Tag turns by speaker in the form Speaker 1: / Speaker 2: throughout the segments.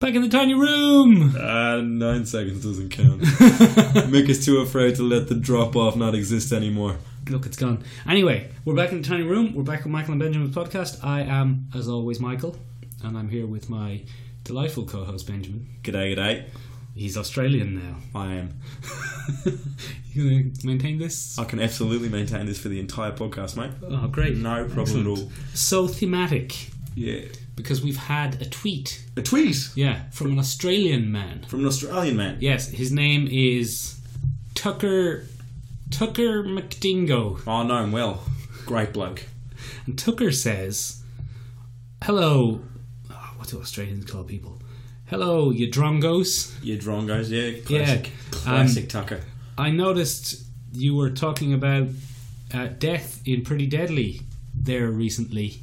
Speaker 1: Back in the tiny room.
Speaker 2: Ah, nine seconds doesn't count. Mick is too afraid to let the drop off not exist anymore.
Speaker 1: Look, it's gone. Anyway, we're back in the tiny room. We're back with Michael and Benjamin's podcast. I am, as always, Michael, and I'm here with my delightful co-host Benjamin.
Speaker 2: G'day, g'day.
Speaker 1: He's Australian now.
Speaker 2: I am.
Speaker 1: you gonna maintain this?
Speaker 2: I can absolutely maintain this for the entire podcast, mate.
Speaker 1: Oh, great!
Speaker 2: No problem
Speaker 1: Excellent.
Speaker 2: at all.
Speaker 1: So thematic
Speaker 2: Yeah.
Speaker 1: because we've had a tweet.
Speaker 2: A tweet
Speaker 1: Yeah, from an Australian man.
Speaker 2: from an Australian man.
Speaker 1: Yes, his name is Tucker Tucker McDingo.
Speaker 2: Oh, I know him well. Great bloke.
Speaker 1: And Tucker says, Hello. oh, what do Australians call people? Hello, you drongos.
Speaker 2: Your drongos, yeah.
Speaker 1: Yeah,
Speaker 2: Classic.
Speaker 1: um,
Speaker 2: Classic Tucker.
Speaker 1: I noticed you were talking about uh, death in Pretty Deadly there recently.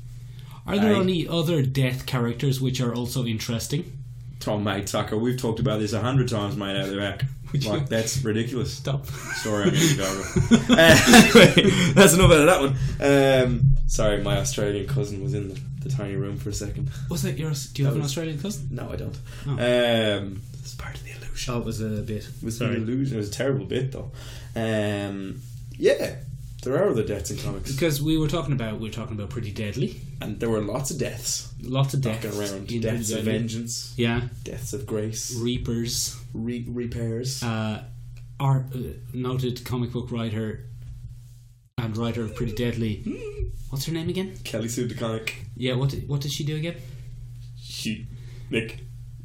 Speaker 1: Are there
Speaker 2: Aye.
Speaker 1: any other death characters which are also interesting?
Speaker 2: Tom, mate, Tucker. We've talked about this a hundred times, mate, out of the back.
Speaker 1: Would you-
Speaker 2: Like, that's ridiculous.
Speaker 1: Stop.
Speaker 2: Sorry, I'm going to go over. Uh, anyway, that's enough out of that one. Um, sorry, my Australian cousin was in the, the tiny room for a second.
Speaker 1: Was that yours? Do you
Speaker 2: That
Speaker 1: have an
Speaker 2: was-
Speaker 1: Australian cousin?
Speaker 2: No, I don't.
Speaker 1: Oh.
Speaker 2: Um, it's part of the illusion.
Speaker 1: Oh, it was a bit.
Speaker 2: It was
Speaker 1: Sorry.
Speaker 2: an illusion. It was a terrible bit, though. Um, yeah, there are other deaths in comics,
Speaker 1: Because we were talking about, we were talking about Pretty Deadly.
Speaker 2: and there were lots of deaths.
Speaker 1: Lots of deaths.
Speaker 2: Knocking around.
Speaker 1: in
Speaker 2: Deaths
Speaker 1: Pretty
Speaker 2: of
Speaker 1: Deadly.
Speaker 2: vengeance,
Speaker 1: Yeah,
Speaker 2: deaths of grace,
Speaker 1: Reapers.
Speaker 2: re- Ah. repairs.
Speaker 1: uh, our uh, noted comic book writer and writer of Pretty Deadly. What's her name again?
Speaker 2: Kelly Sue DeConnick.
Speaker 1: Yeah, what what did she do again?
Speaker 2: She, Nick.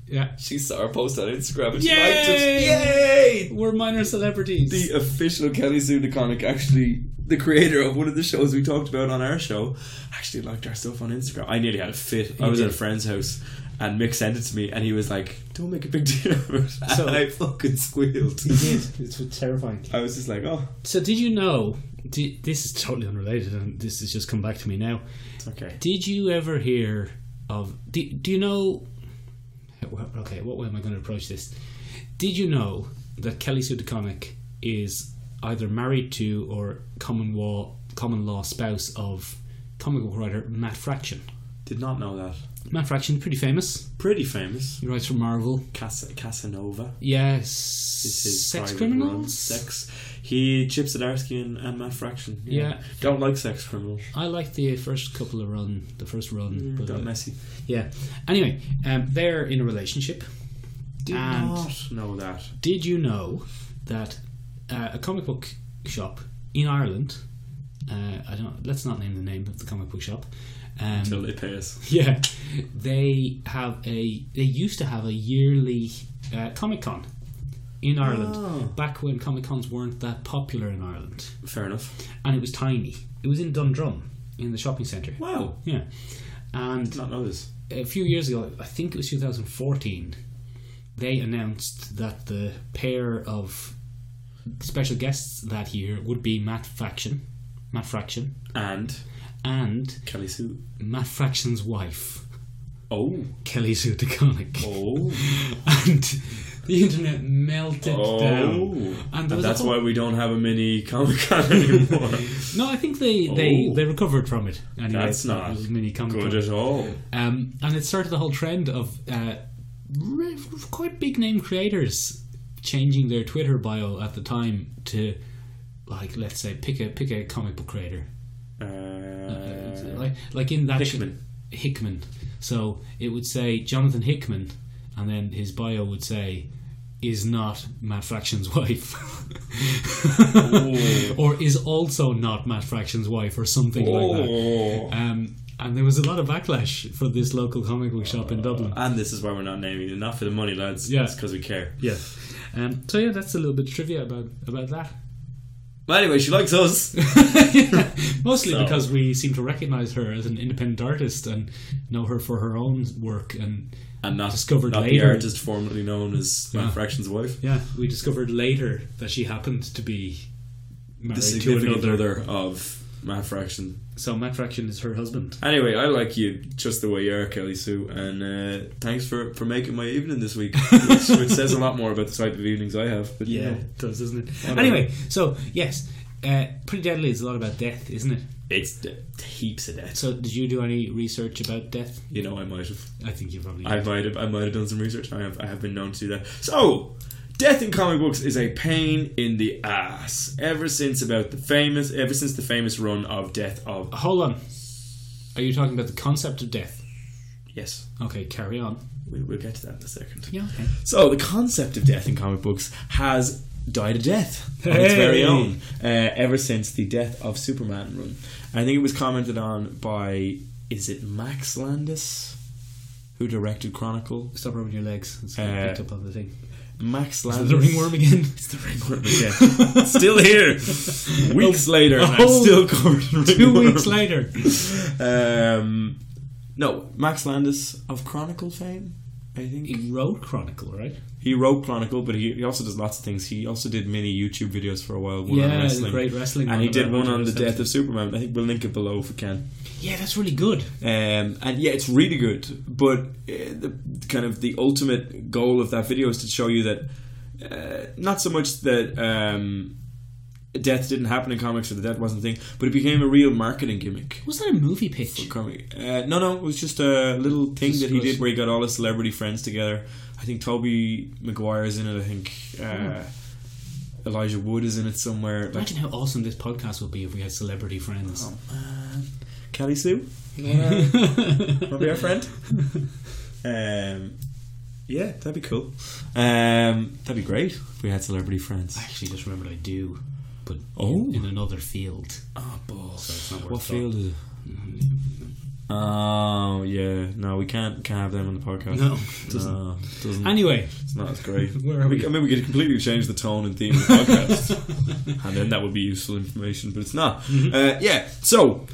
Speaker 1: Yeah,
Speaker 2: She saw our post on Instagram and she
Speaker 1: Yay!
Speaker 2: liked it. Yay!
Speaker 1: we're minor celebrities.
Speaker 2: the official Kelly Sue DeConnick, actually the creator of one of the shows we talked about on our show, actually liked our stuff on Instagram. I nearly had a fit. I
Speaker 1: You
Speaker 2: was at a
Speaker 1: did.
Speaker 2: friend's house and Mick sent it to me and he was like, Don't make a big deal of it.
Speaker 1: So-
Speaker 2: So I fucking squealed.
Speaker 1: It's terrifying.
Speaker 2: I was just like, Oh,
Speaker 1: So, did you know? di- this is totally unrelated, and this has just come back to me now.
Speaker 2: it's okay.
Speaker 1: Did you ever hear of? Do, do you know? well, Okay, what way am I going to approach this? Did you know that Kelly Sue DeConnick is either married to or common law common law spouse of comic book writer Matt Fraction?
Speaker 2: Did not know that.
Speaker 1: Matt Fraction, pretty famous.
Speaker 2: Pretty famous.
Speaker 1: He writes for Marvel.
Speaker 2: Cas- Casanova
Speaker 1: Yes,
Speaker 2: is his
Speaker 1: sex
Speaker 2: private run.
Speaker 1: criminals.
Speaker 2: Sex. He, Chip Zdarsky, and, and Matt Fraction.
Speaker 1: Yeah.
Speaker 2: Don't like sex criminals.
Speaker 1: I like the first couple of run, the first run. but,
Speaker 2: Got
Speaker 1: uh,
Speaker 2: messy.
Speaker 1: yeah. Anyway, um, they're in a relationship.
Speaker 2: Did
Speaker 1: And-
Speaker 2: not know that.
Speaker 1: Did you know that uh, a comic book shop in Ireland? Uh, I don't. Let's not name the name of the comic book shop.
Speaker 2: Till
Speaker 1: Um,
Speaker 2: they pay us.
Speaker 1: yeah, they have a. They used to have a yearly uh, Comic Con in Ireland
Speaker 2: Oh.
Speaker 1: back when Comic Cons weren't that popular in Ireland,
Speaker 2: Fair enough.
Speaker 1: and it was tiny. It was in Dundrum in the shopping centre.
Speaker 2: Wow.
Speaker 1: Yeah, and
Speaker 2: Did not know this.
Speaker 1: a few years ago, I think it was 2014, they announced that the pair of special guests that year would be Matt Fraction, Matt Fraction,
Speaker 2: And
Speaker 1: and
Speaker 2: Kelly Sue.
Speaker 1: Matt Fraction's wife,
Speaker 2: Oh.
Speaker 1: Kelly Sue DeConnick.
Speaker 2: Oh.
Speaker 1: And the internet melted down.
Speaker 2: oh. And,
Speaker 1: And there was a
Speaker 2: that's
Speaker 1: whole-
Speaker 2: why we don't have a mini Comic Con anymore.
Speaker 1: No, I think they, they,
Speaker 2: Oh.
Speaker 1: they recovered from it. Anyway,
Speaker 2: That's not
Speaker 1: it was mini comic
Speaker 2: Good
Speaker 1: book.
Speaker 2: at all.
Speaker 1: Um, and it started the whole trend of uh, re- quite big name creators changing their Twitter bio at the time to, like, let's say, pick a pick a comic book creator,
Speaker 2: Uh,
Speaker 1: like, like in that
Speaker 2: Hickman.
Speaker 1: Hickman. So it would say Jonathan Hickman, and then his bio would say. Is not Matt Fraction's wife, or is also not Matt Fraction's wife, or something like that.
Speaker 2: Oh.
Speaker 1: Um, and there was a lot of backlash for this local comic book shop in Dublin.
Speaker 2: And this is why we're not naming it. Not for the money, lads.
Speaker 1: Yeah.
Speaker 2: It's because we care.
Speaker 1: Yeah. Um, so yeah, that's a little bit of trivia about about that.
Speaker 2: But anyway, she likes us.
Speaker 1: Mostly
Speaker 2: So-
Speaker 1: because we seem to recognise her as an independent artist and know her for her own work. And
Speaker 2: And not,
Speaker 1: Discovered
Speaker 2: not
Speaker 1: later.
Speaker 2: the artist formerly known as Matt
Speaker 1: Yeah.
Speaker 2: Fraction's wife.
Speaker 1: yeah, we discovered later that she happened to be
Speaker 2: The
Speaker 1: married to
Speaker 2: significant
Speaker 1: another.
Speaker 2: other of Matt Fraction.
Speaker 1: So Matt Fraction is her husband.
Speaker 2: Anyway, I like you just the way you are, Kelly Sue, and uh, thanks for, for making my evening this week, which, which says a lot more about the type of evenings I have. But you
Speaker 1: Yeah,
Speaker 2: know.
Speaker 1: it does, doesn't it?
Speaker 2: Whatever.
Speaker 1: Anyway, so yes, uh, Pretty Deadly is a lot about death, isn't it?
Speaker 2: It's d- heaps of deaths.
Speaker 1: So, did you do any research about death?
Speaker 2: You know, I might have.
Speaker 1: I think you probably
Speaker 2: I might have. I might have done some research. I have. I have been known to do that. So, death in comic books is a pain in the ass. Ever since about the famous, ever since the famous run of Death of
Speaker 1: Uh, Hold on. Are you talking about the concept of death?
Speaker 2: Yes,
Speaker 1: Okay, carry on.
Speaker 2: we, we'll get to that in a second.
Speaker 1: Yeah. Okay.
Speaker 2: So, the concept of death in comic books has died a death on its
Speaker 1: Hey.
Speaker 2: very own uh, ever since the death of Superman run. I think it was commented on by is it Max Landis, who directed Chronicle?
Speaker 1: Stop rubbing your legs. It's kind
Speaker 2: Uh,
Speaker 1: of picked up on the thing.
Speaker 2: Max
Speaker 1: Is
Speaker 2: Landis.
Speaker 1: it the ringworm again?
Speaker 2: It's the ringworm again. still here. Weeks later, and I'm
Speaker 1: whole
Speaker 2: still covered in
Speaker 1: Oh, Two
Speaker 2: ringworm.
Speaker 1: weeks later.
Speaker 2: Um, no, Max Landis of Chronicle fame, I think.
Speaker 1: He wrote Chronicle, right?
Speaker 2: He wrote Chronicle, but he, he also does lots of things. He also did many YouTube videos for a while. One on
Speaker 1: yeah, the
Speaker 2: wrestling.
Speaker 1: great wrestling.
Speaker 2: and he did
Speaker 1: about
Speaker 2: one on the
Speaker 1: 100%.
Speaker 2: death of Superman. I think we'll link it below if we can.
Speaker 1: Yeah, that's really good.
Speaker 2: Um, and yeah, it's really good. But uh, the kind of the ultimate goal of that video is to show you that uh, not so much that um, death didn't happen in comics or the death wasn't a thing, but it became a real marketing gimmick.
Speaker 1: Was that a movie pitch?
Speaker 2: for comic. Uh, no, no, it was just a little thing
Speaker 1: Just
Speaker 2: that he
Speaker 1: was-
Speaker 2: did where he got all his celebrity friends together. I think Toby Maguire's in it. I think uh,
Speaker 1: Hmm.
Speaker 2: Elijah Wood is in it somewhere. Like,
Speaker 1: Imagine how awesome this podcast would be if we had celebrity friends.
Speaker 2: oh man, Kelly Sue, yeah,
Speaker 1: That'd
Speaker 2: be our friend. Um, yeah, that'd be cool. Um, that'd be great if we had celebrity friends.
Speaker 1: I actually just remembered I do, but
Speaker 2: Oh.
Speaker 1: in, in another field.
Speaker 2: Oh, balls.
Speaker 1: So it's not worth
Speaker 2: what
Speaker 1: thought.
Speaker 2: field is it? Oh yeah, no, we can't can't have them on the podcast.
Speaker 1: No, doesn't.
Speaker 2: no, doesn't.
Speaker 1: Anyway,
Speaker 2: It's not as great.
Speaker 1: Where are we?
Speaker 2: I mean, we could completely change the tone and theme of the podcast, and then that would be useful information, but it's not.
Speaker 1: Mm-hmm.
Speaker 2: Uh, yeah. So,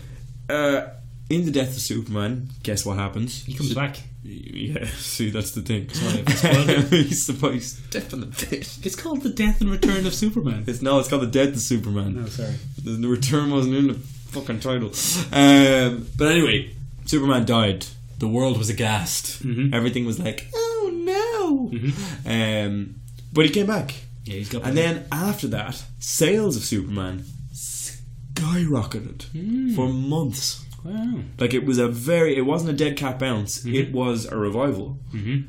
Speaker 2: uh, in the death of Superman, guess what happens?
Speaker 1: he comes back.
Speaker 2: Yeah. See, that's the thing.
Speaker 1: Sorry, I spoiled it.
Speaker 2: he's supposed to step on the bit.
Speaker 1: It's called the Death and Return of Superman.
Speaker 2: It's no, it's called the death of Superman.
Speaker 1: No, Oh, sorry.
Speaker 2: The, the return wasn't in the fucking title. Um, but anyway, Superman died. The world was aghast.
Speaker 1: Mhm.
Speaker 2: Everything was like, oh no.
Speaker 1: Mhm.
Speaker 2: Um, but he came back.
Speaker 1: Yeah, he's got.
Speaker 2: And then after that, sales of Superman skyrocketed
Speaker 1: Hmm.
Speaker 2: for months.
Speaker 1: wow.
Speaker 2: Like it was a very, it wasn't a dead cat bounce,
Speaker 1: Mm-hmm.
Speaker 2: it was a revival.
Speaker 1: Mhm.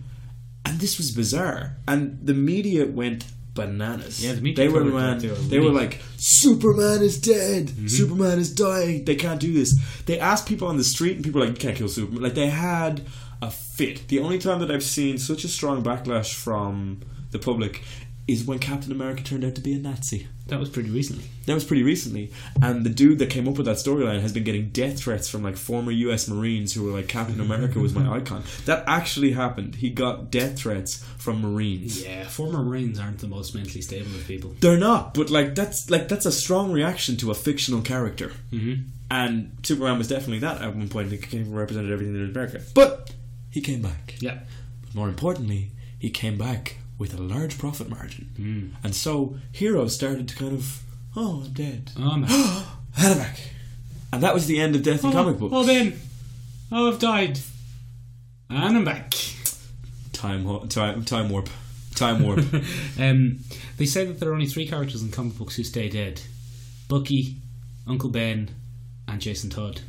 Speaker 2: And this was bizarre. And the media went bananas.
Speaker 1: Yeah, the media
Speaker 2: they were
Speaker 1: covered
Speaker 2: man,
Speaker 1: that, they were
Speaker 2: they were
Speaker 1: really-
Speaker 2: like, Superman is dead.
Speaker 1: Mm-hmm.
Speaker 2: Superman is dying. They can't do this. They asked people on the street, and people were like, you can't kill Superman. Like they had a fit. The only time that I've seen such a strong backlash from the public is when Captain America turned out to be a Nazi.
Speaker 1: That was pretty recently.
Speaker 2: That was pretty recently. And the dude that came up with that storyline has been getting death threats from like former US Marines who were like, Captain America was my icon. That actually happened. He got death threats from Marines.
Speaker 1: Yeah, former Marines aren't the most mentally stable of people.
Speaker 2: They're not, but like that's like that's a strong reaction to a fictional character.
Speaker 1: Mm-hmm.
Speaker 2: And Superman was definitely that at one point. He came represented everything in America. But he came back.
Speaker 1: Yeah.
Speaker 2: More importantly, he came back with a large profit margin. And so heroes started to kind of Oh, I'm dead.
Speaker 1: Oh, man.
Speaker 2: Hannibal. And that was the end of Death in comic books.
Speaker 1: Well then, oh, I've died, and I'm back.
Speaker 2: Time, ho- time, time warp, time warp.
Speaker 1: Um, they say that there are only three characters in comic books who stay dead: Bucky, Uncle Ben, and Jason Todd.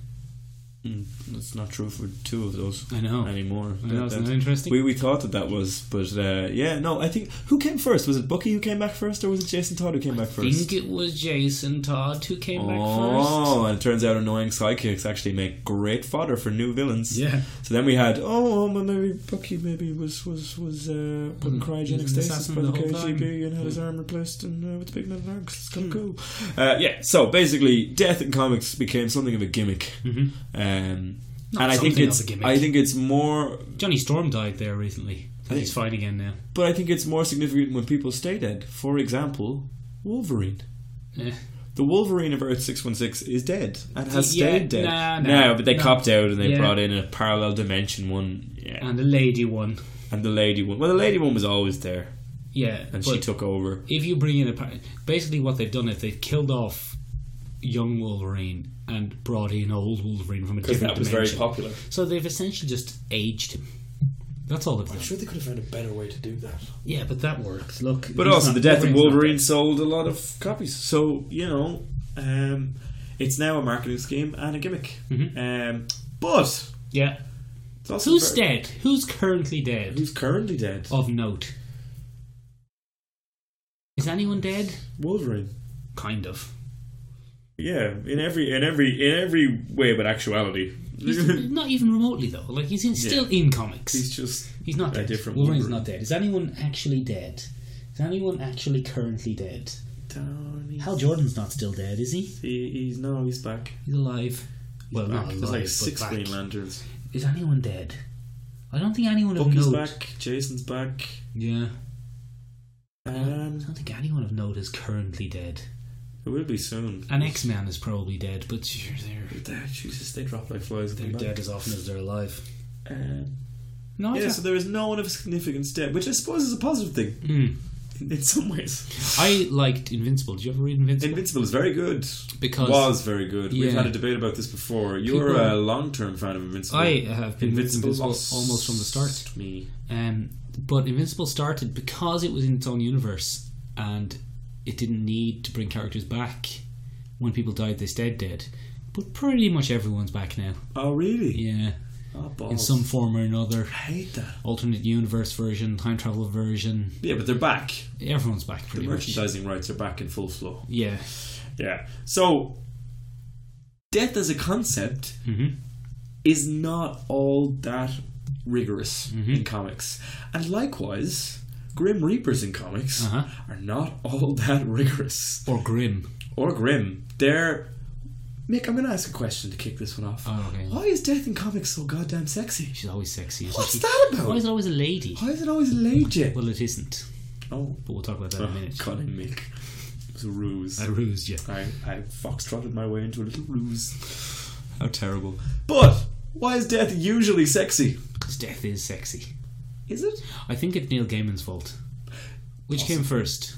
Speaker 2: Mm, That's not true for two of those
Speaker 1: I know.
Speaker 2: anymore.
Speaker 1: I know, isn't
Speaker 2: That-
Speaker 1: that interesting?
Speaker 2: We, we thought that that was, but uh, yeah, no. I think who came first? Was it Bucky who came back first, or was it Jason Todd who came back
Speaker 1: I
Speaker 2: first?
Speaker 1: think it was Jason Todd who came back first.
Speaker 2: Oh, and it turns out annoying sidekicks actually make great fodder for new villains.
Speaker 1: Yeah.
Speaker 2: So then we had oh, well, maybe Bucky maybe was was was uh, put
Speaker 1: he
Speaker 2: in cryogenic
Speaker 1: was Mm-hmm. an
Speaker 2: stasis
Speaker 1: assassin
Speaker 2: by
Speaker 1: the
Speaker 2: the
Speaker 1: whole time. Hmm.
Speaker 2: KGB and had his arm replaced and uh, with the big metal arm 'cause it's kind of cool. Uh, yeah. So basically, death in comics became something of a gimmick.
Speaker 1: Mhm.
Speaker 2: Um,
Speaker 1: Not
Speaker 2: and I think
Speaker 1: something of
Speaker 2: it's
Speaker 1: a gimmick.
Speaker 2: I think it's more
Speaker 1: Johnny Storm died there recently.
Speaker 2: I
Speaker 1: He's fine again now.
Speaker 2: but I think it's more significant when people stay dead. For example, Wolverine.
Speaker 1: Yeah.
Speaker 2: The Wolverine of Earth 616 is dead and has
Speaker 1: Yeah,
Speaker 2: stayed dead.
Speaker 1: nah, nah,
Speaker 2: no, but they
Speaker 1: nah.
Speaker 2: copped out and they
Speaker 1: Yeah.
Speaker 2: brought in a parallel dimension one. Yeah.
Speaker 1: And the lady one.
Speaker 2: And the lady one. Well, the lady one was always there
Speaker 1: Yeah.
Speaker 2: and
Speaker 1: but
Speaker 2: she took over.
Speaker 1: if you bring in a par- basically what they've done is they've killed off young Wolverine and brought in old Wolverine from a
Speaker 2: Because
Speaker 1: different
Speaker 2: that was very
Speaker 1: dimension.
Speaker 2: popular.
Speaker 1: so they've essentially just aged him. That's all they've done.
Speaker 2: they could have found a better way to do that.
Speaker 1: Yeah, but that works. Look,
Speaker 2: But
Speaker 1: he's
Speaker 2: also,
Speaker 1: not-
Speaker 2: the death of
Speaker 1: Wolverine's not
Speaker 2: Wolverine sold a lot of copies. So, you know, um, It's now a marketing scheme and a gimmick.
Speaker 1: Mhm.
Speaker 2: Um, but
Speaker 1: Yeah.
Speaker 2: it's also
Speaker 1: Who's
Speaker 2: very-
Speaker 1: dead? Who's currently dead
Speaker 2: Who's currently dead?
Speaker 1: of note? Is anyone dead?
Speaker 2: Wolverine.
Speaker 1: Kind of.
Speaker 2: Yeah, in every in every in every way, but actuality,
Speaker 1: He's not even remotely though. Like he's in, still in comics. He's,
Speaker 2: he's just
Speaker 1: not
Speaker 2: a
Speaker 1: dead.
Speaker 2: different
Speaker 1: Wolverine's
Speaker 2: Wolverine.
Speaker 1: not dead. Is anyone actually dead? Is anyone actually currently dead?
Speaker 2: Tony.
Speaker 1: Hal Jordan's not still dead, is he?
Speaker 2: He, he's no, he's back.
Speaker 1: He's alive. Well,
Speaker 2: Back.
Speaker 1: not alive.
Speaker 2: There's like
Speaker 1: but
Speaker 2: six
Speaker 1: back.
Speaker 2: Green Lanterns.
Speaker 1: Is anyone dead? I don't think anyone of
Speaker 2: Bucky's
Speaker 1: note.
Speaker 2: back. Jason's back.
Speaker 1: Yeah, I
Speaker 2: Um,
Speaker 1: don't think anyone of note is currently dead.
Speaker 2: it will be soon.
Speaker 1: An X Man is probably dead, but sure they're
Speaker 2: Ah, Jesus, they drop like flies. and
Speaker 1: they're
Speaker 2: come back.
Speaker 1: dead as often as they're alive.
Speaker 2: Um,
Speaker 1: No, I
Speaker 2: yeah,
Speaker 1: don't-
Speaker 2: so there is no one of significance dead, which I suppose is a positive thing
Speaker 1: Mm.
Speaker 2: in, in some ways.
Speaker 1: I liked Invincible. Did you ever read Invincible?
Speaker 2: Invincible is very good.
Speaker 1: because
Speaker 2: Was very good. We've
Speaker 1: Yeah.
Speaker 2: had a debate about this before. You're
Speaker 1: People-
Speaker 2: a long-term fan of Invincible.
Speaker 1: I have been Invincible,
Speaker 2: lost
Speaker 1: almost from the start.
Speaker 2: Me.
Speaker 1: Um, but Invincible started because it was in its own universe and it didn't need to bring characters back. When people died, they stayed dead. But pretty much everyone's back now.
Speaker 2: Oh really?
Speaker 1: Yeah,
Speaker 2: Oh, balls.
Speaker 1: in some form or another.
Speaker 2: I hate that.
Speaker 1: Alternate universe version, time travel version.
Speaker 2: Yeah, but they're back.
Speaker 1: Everyone's back
Speaker 2: The
Speaker 1: pretty much.
Speaker 2: merchandising rights are back in full flow.
Speaker 1: Yeah.
Speaker 2: Yeah. So, death as a concept
Speaker 1: Mhm.
Speaker 2: is not all that rigorous
Speaker 1: Mm-hmm.
Speaker 2: in comics, and likewise, Grim Reapers in comics
Speaker 1: Uh-huh.
Speaker 2: are not all that rigorous
Speaker 1: Or grim.
Speaker 2: or grim. They're Mick. I'm going to ask a question to kick this one off.
Speaker 1: Oh, okay.
Speaker 2: Why is death in comics so goddamn sexy?
Speaker 1: She's always sexy. isn't
Speaker 2: What's
Speaker 1: she?
Speaker 2: that
Speaker 1: Why
Speaker 2: about?
Speaker 1: is it always a lady?
Speaker 2: Why is it always a lady?
Speaker 1: Well, it isn't.
Speaker 2: Oh,
Speaker 1: But we'll talk about that in a minute.
Speaker 2: cunning Mick. It was a ruse.
Speaker 1: I rused you.
Speaker 2: Oh, I, I foxtrotted my way into a little ruse.
Speaker 1: How terrible.
Speaker 2: But why is death usually sexy?
Speaker 1: Because death is sexy.
Speaker 2: Is it?
Speaker 1: I think it's Neil Gaiman's fault. Which came first?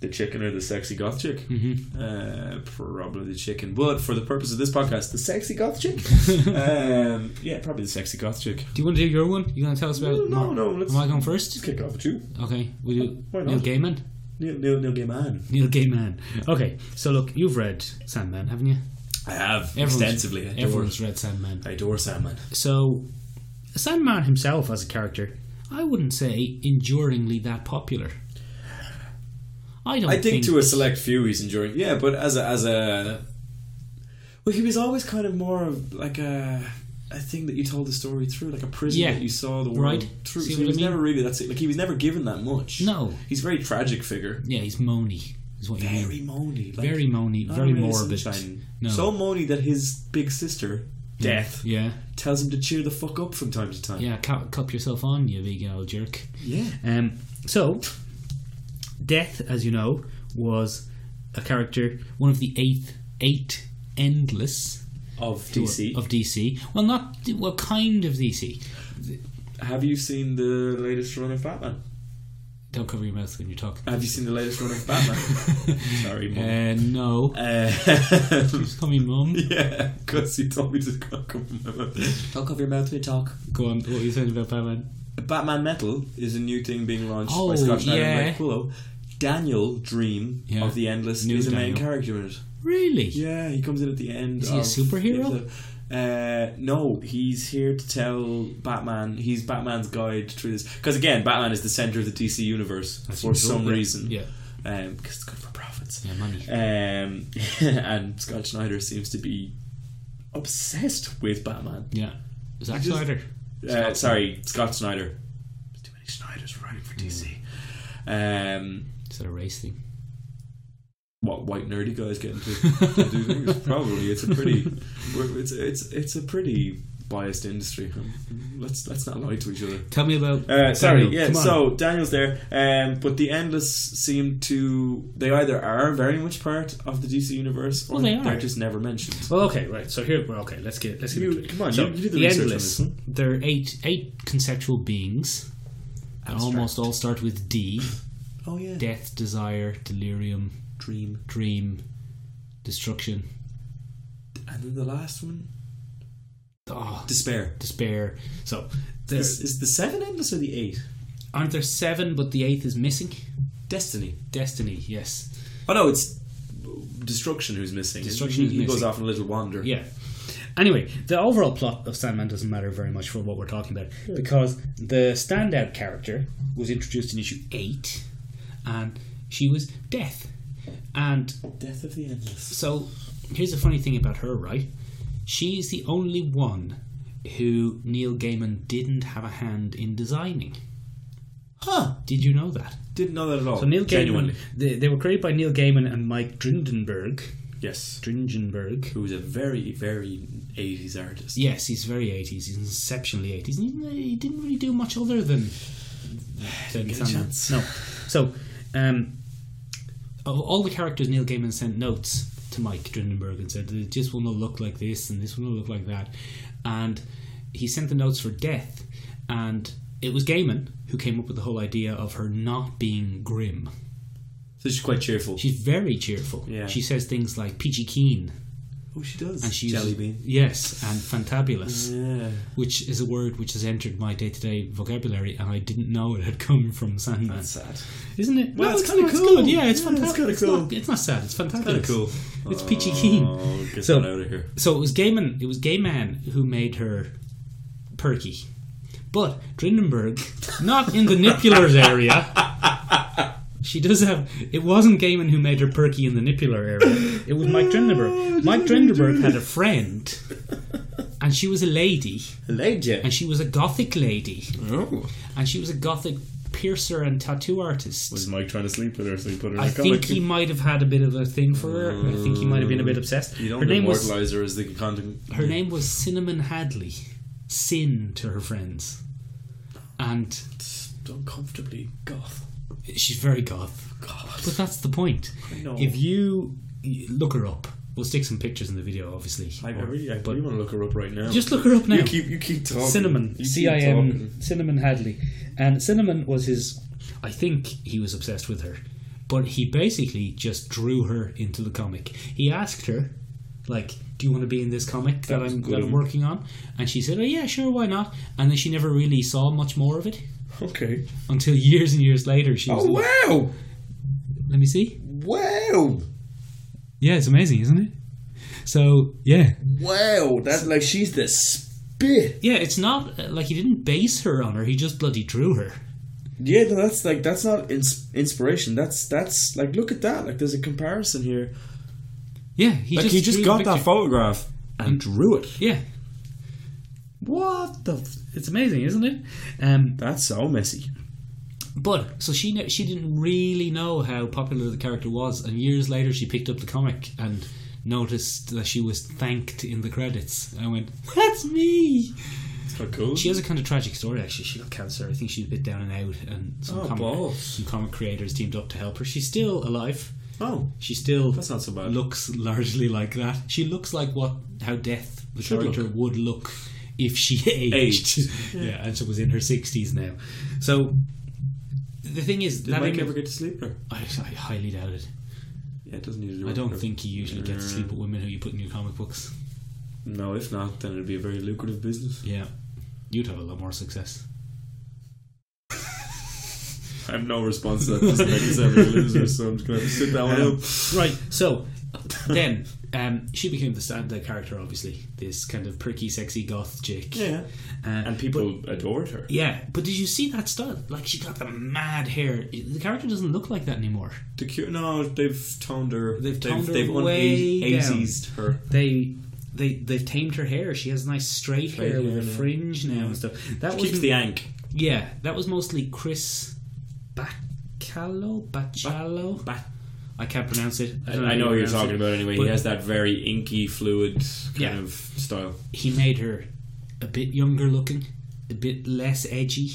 Speaker 2: The chicken or the sexy goth chick?
Speaker 1: Mm-hmm.
Speaker 2: Uh, probably the chicken. But for the purpose of this podcast, the sexy goth chick? um, yeah, probably the sexy goth chick.
Speaker 1: Do you want to do your one? You going to tell us about?
Speaker 2: No, no,
Speaker 1: Mar-
Speaker 2: no, let's-
Speaker 1: Am I going first?
Speaker 2: Just kick it off with you.
Speaker 1: Okay, we do.
Speaker 2: Why
Speaker 1: Neil
Speaker 2: not?
Speaker 1: Gaiman.
Speaker 2: Neil, Neil, Neil Gaiman.
Speaker 1: Neil Gaiman. Okay, so look, you've read Sandman, haven't you?
Speaker 2: I have
Speaker 1: Everyone's-
Speaker 2: extensively. I adore,
Speaker 1: Everyone's read Sandman.
Speaker 2: I adore Sandman.
Speaker 1: So, Sandman himself as a character, I wouldn't say enduringly that popular. I don't.
Speaker 2: I think to a select few he's enduring. Yeah, but as a as a well, he was always kind of more of like a a thing that you told the story through, like a prism
Speaker 1: Yeah.
Speaker 2: that you saw the world
Speaker 1: Right.
Speaker 2: through.
Speaker 1: See what
Speaker 2: so he
Speaker 1: I
Speaker 2: was
Speaker 1: mean?
Speaker 2: never really that's it. Like he was never given that much.
Speaker 1: No.
Speaker 2: he's a very tragic figure.
Speaker 1: Yeah, he's moany. Is what you mean.
Speaker 2: Very moany. Like,
Speaker 1: Very moany.
Speaker 2: not
Speaker 1: Very
Speaker 2: really
Speaker 1: morbid.
Speaker 2: Oh, sunshine.
Speaker 1: No.
Speaker 2: So moany that his big sister, Death,
Speaker 1: Yeah,
Speaker 2: tells him to cheer the fuck up from time to time.
Speaker 1: yeah. Cup, cup yourself on, you big old jerk.
Speaker 2: Yeah.
Speaker 1: Um, so, Death, as you know, was a character, one of the eighth, eight endless
Speaker 2: Of DC.
Speaker 1: of DC. Well, not well, kind of DC.
Speaker 2: Have you seen the latest run of Batman?
Speaker 1: Don't cover your mouth when you talk.
Speaker 2: Have you seen the latest run of Batman? Sorry, Mum.
Speaker 1: Uh, no,
Speaker 2: Uh,
Speaker 1: just call me mum.
Speaker 2: Yeah, because he told me to cock up my mouth. Don't cover your mouth when you talk.
Speaker 1: Go on. What were you saying about Batman?
Speaker 2: Batman Metal is a new thing being launched
Speaker 1: Oh,
Speaker 2: by Scott Snyder
Speaker 1: yeah.
Speaker 2: and Mike Quillo. Daniel Dream
Speaker 1: Yeah.
Speaker 2: of the Endless
Speaker 1: New
Speaker 2: is a main
Speaker 1: Daniel.
Speaker 2: character in it.
Speaker 1: Really?
Speaker 2: Yeah, he comes in at the end.
Speaker 1: Is he a
Speaker 2: of
Speaker 1: superhero?
Speaker 2: the episode. Uh, no, he's here to tell Batman. He's Batman's guide through this. Because again, Batman is the center of the DC universe for
Speaker 1: usual,
Speaker 2: some
Speaker 1: yeah.
Speaker 2: reason.
Speaker 1: Yeah.
Speaker 2: because it's good for profits.
Speaker 1: Yeah, money.
Speaker 2: Um, and Scott Snyder seems to be obsessed with Batman.
Speaker 1: Yeah. Zack
Speaker 2: just-
Speaker 1: Snyder.
Speaker 2: Uh, sorry, Scott Snyder. There's too many Snyders writing for DC. Um,
Speaker 1: Is that a race thing?
Speaker 2: what white nerdy guys get into to do things? Probably it's a pretty we're- it's it's it's a pretty biased industry. Um, Let's let's not lie to each other.
Speaker 1: Tell me about.
Speaker 2: Uh, sorry,
Speaker 1: Daniel.
Speaker 2: yeah.
Speaker 1: Come on.
Speaker 2: So Daniel's there, um, but the Endless seem to they either are very much part of the DC universe or
Speaker 1: Well, they are.
Speaker 2: they're just never mentioned.
Speaker 1: Well, okay, right. So here, well, okay, let's get let's get
Speaker 2: You-
Speaker 1: into it.
Speaker 2: come on,
Speaker 1: so,
Speaker 2: you- you do the research on this one.
Speaker 1: There are eight eight conceptual beings. that
Speaker 2: Abstract.
Speaker 1: almost all start with D:
Speaker 2: Oh yeah,
Speaker 1: death, desire, delirium,
Speaker 2: Dream,
Speaker 1: dream, destruction,
Speaker 2: and then the last one,
Speaker 1: oh,
Speaker 2: Despair.
Speaker 1: despair. So there
Speaker 2: Is, is the seven endless or the eight?
Speaker 1: aren't there seven, but the eighth is missing.
Speaker 2: Destiny.
Speaker 1: Destiny, yes.
Speaker 2: Oh no, it's Destruction who's missing.
Speaker 1: Destruction
Speaker 2: he,
Speaker 1: is
Speaker 2: he goes
Speaker 1: missing.
Speaker 2: off on a little wander.
Speaker 1: Yeah. Anyway, the overall plot of Sandman doesn't matter very much for what we're talking about because the standout character was introduced in issue 8 and she was Death. And
Speaker 2: Death of the Endless.
Speaker 1: so here's a funny thing about her, right? She's the only one who Neil Gaiman didn't have a hand in designing.
Speaker 2: Huh.
Speaker 1: Did you know that?
Speaker 2: Didn't know that at all.
Speaker 1: So Neil
Speaker 2: Genuinely.
Speaker 1: Gaiman, they, they were created by Neil Gaiman and Mike Drindenberg.
Speaker 2: Yes.
Speaker 1: Drindenberg.
Speaker 2: Who's a very, very 80s artist.
Speaker 1: Yes, he's very 80s. He's exceptionally 80s. And he, he didn't really do much other than. than
Speaker 2: get a
Speaker 1: Sandman.
Speaker 2: chance.
Speaker 1: No. So, um, of all the characters, Neil Gaiman sent notes to Mike Drindenberg and said, this one will look like this and this one will look like that. And he sent the notes for Death. And it was Gaiman who came up with the whole idea of her not being grim.
Speaker 2: So she's quite cheerful.
Speaker 1: She's very cheerful.
Speaker 2: Yeah.
Speaker 1: She says things like peachy keen
Speaker 2: oh, she does.
Speaker 1: and she's
Speaker 2: Jelly bean.
Speaker 1: Yes, and fantabulous,
Speaker 2: Yeah.
Speaker 1: which is a word which has entered my day-to-day vocabulary, and I didn't know it had come from Sandman.
Speaker 2: That's sad.
Speaker 1: Isn't it?
Speaker 2: Well,
Speaker 1: No,
Speaker 2: it's kinda
Speaker 1: not-
Speaker 2: cool.
Speaker 1: good. Yeah, it's
Speaker 2: Yeah, it's
Speaker 1: fantastic.
Speaker 2: kinda
Speaker 1: It's,
Speaker 2: cool.
Speaker 1: not, it's not sad. It's fantabulous.
Speaker 2: Kinda cool.
Speaker 1: It's peachy keen.
Speaker 2: Oh, get
Speaker 1: So-
Speaker 2: that out of here.
Speaker 1: So it was Gaiman. It was Gaiman who made her perky, but Drindenberg, not in the nipulars area. She does have. It wasn't Gaiman who made her perky in the nipular area. It was Mike
Speaker 2: Oh,
Speaker 1: Drindenberg. Mike Drindenberg had a friend, and she was a lady,
Speaker 2: Lady.
Speaker 1: and she was a gothic lady,
Speaker 2: Oh.
Speaker 1: and she was a gothic piercer and tattoo artist.
Speaker 2: Was Mike trying to sleep with her, so he put her in
Speaker 1: I
Speaker 2: a comic?
Speaker 1: think he might have had a bit of a thing for her. I think he might have been a bit obsessed.
Speaker 2: you don't
Speaker 1: her name was
Speaker 2: immortalize her as the content.
Speaker 1: her name was Cinnamon Hadley. Sin to her friends. And
Speaker 2: uncomfortably goth.
Speaker 1: she's very goth.
Speaker 2: God.
Speaker 1: But that's the point.
Speaker 2: I know.
Speaker 1: If you you look her up, we'll stick some pictures in the video, obviously.
Speaker 2: I, I
Speaker 1: Or-
Speaker 2: really, I really want to look her up right now.
Speaker 1: just look her up now.
Speaker 2: you keep, you keep talking.
Speaker 1: Cinnamon,
Speaker 2: You keep
Speaker 1: C I M,
Speaker 2: talking.
Speaker 1: Cinnamon Hadley, and Cinnamon was his. I think he was obsessed with her, but he basically just drew her into the comic. He asked her, like, "Do you want to be in this comic that,
Speaker 2: was
Speaker 1: I'm
Speaker 2: good
Speaker 1: that
Speaker 2: of
Speaker 1: I'm
Speaker 2: him.
Speaker 1: working on?" And she said, "Oh yeah, sure, why not?" And then she never really saw much more of it
Speaker 2: Okay.
Speaker 1: until years and years later. She was,
Speaker 2: Oh wow!
Speaker 1: "Let me see."
Speaker 2: Wow!
Speaker 1: Yeah, it's amazing, isn't it? So yeah,
Speaker 2: Wow! That's like she's the spit.
Speaker 1: yeah, it's not uh, like he didn't base her on her; he just bloody drew her.
Speaker 2: Yeah, no, that's like that's not ins- inspiration. That's that's like look at that. Like there's a comparison here.
Speaker 1: Yeah, he
Speaker 2: like
Speaker 1: just
Speaker 2: he just
Speaker 1: drew the
Speaker 2: got that
Speaker 1: picture. Mm.
Speaker 2: photograph and drew it.
Speaker 1: yeah,
Speaker 2: What the? F-
Speaker 1: it's amazing, isn't it? Um,
Speaker 2: that's so messy.
Speaker 1: But so she kn- she didn't really know how popular the character was, and years later she picked up the comic and noticed that she was thanked in the credits. I went, "That's me."
Speaker 2: It's quite cool.
Speaker 1: She has a kind of tragic story actually. She got cancer. I think she's a bit down and out, and some
Speaker 2: Oh,
Speaker 1: comic
Speaker 2: balls.
Speaker 1: some comic creators teamed up to help her. She's still alive.
Speaker 2: oh,
Speaker 1: She still
Speaker 2: that's not so bad.
Speaker 1: looks largely like that. She looks like what how death the
Speaker 2: Should
Speaker 1: character would look if she aged.
Speaker 2: Aged.
Speaker 1: yeah. and she was in her sixties now. So the thing is,
Speaker 2: Did
Speaker 1: that
Speaker 2: Mike
Speaker 1: image-
Speaker 2: ever get to sleep there?
Speaker 1: I, I highly doubt it.
Speaker 2: Yeah, it doesn't need to do.
Speaker 1: I
Speaker 2: with
Speaker 1: don't
Speaker 2: her.
Speaker 1: think he usually gets to sleep with women who you put in your comic books.
Speaker 2: No, if not, then it'd be a very lucrative business.
Speaker 1: Yeah, you'd have a lot more success.
Speaker 2: I have no response to that. Just make us sound like losers, so I'm just gonna have to sit that one
Speaker 1: Um,
Speaker 2: up.
Speaker 1: right, so then um, she became the standout character, obviously. This kind of perky, sexy goth chick.
Speaker 2: Yeah,
Speaker 1: Uh,
Speaker 2: and people adored her.
Speaker 1: Yeah, but did you see that stud? Like she got the mad hair. The character doesn't look like that anymore.
Speaker 2: The cute, no, they've toned her.
Speaker 1: They've toned her
Speaker 2: they've
Speaker 1: way down.
Speaker 2: un-80s her.
Speaker 1: They they they've tamed her hair. She has nice straight
Speaker 2: Straight
Speaker 1: hair with
Speaker 2: hair
Speaker 1: a
Speaker 2: now.
Speaker 1: fringe now and stuff. That
Speaker 2: Keeps
Speaker 1: was
Speaker 2: the ank.
Speaker 1: yeah. That was mostly Chris Bacalo Bacalo.
Speaker 2: Ba-
Speaker 1: I can't pronounce it.
Speaker 2: I,
Speaker 1: don't
Speaker 2: know
Speaker 1: how
Speaker 2: what
Speaker 1: you
Speaker 2: you're
Speaker 1: pronounce
Speaker 2: talking
Speaker 1: it.
Speaker 2: about anyway.
Speaker 1: But-
Speaker 2: He has that very inky, fluid kind
Speaker 1: Yeah.
Speaker 2: of style.
Speaker 1: He made her a bit younger looking, a bit less edgy.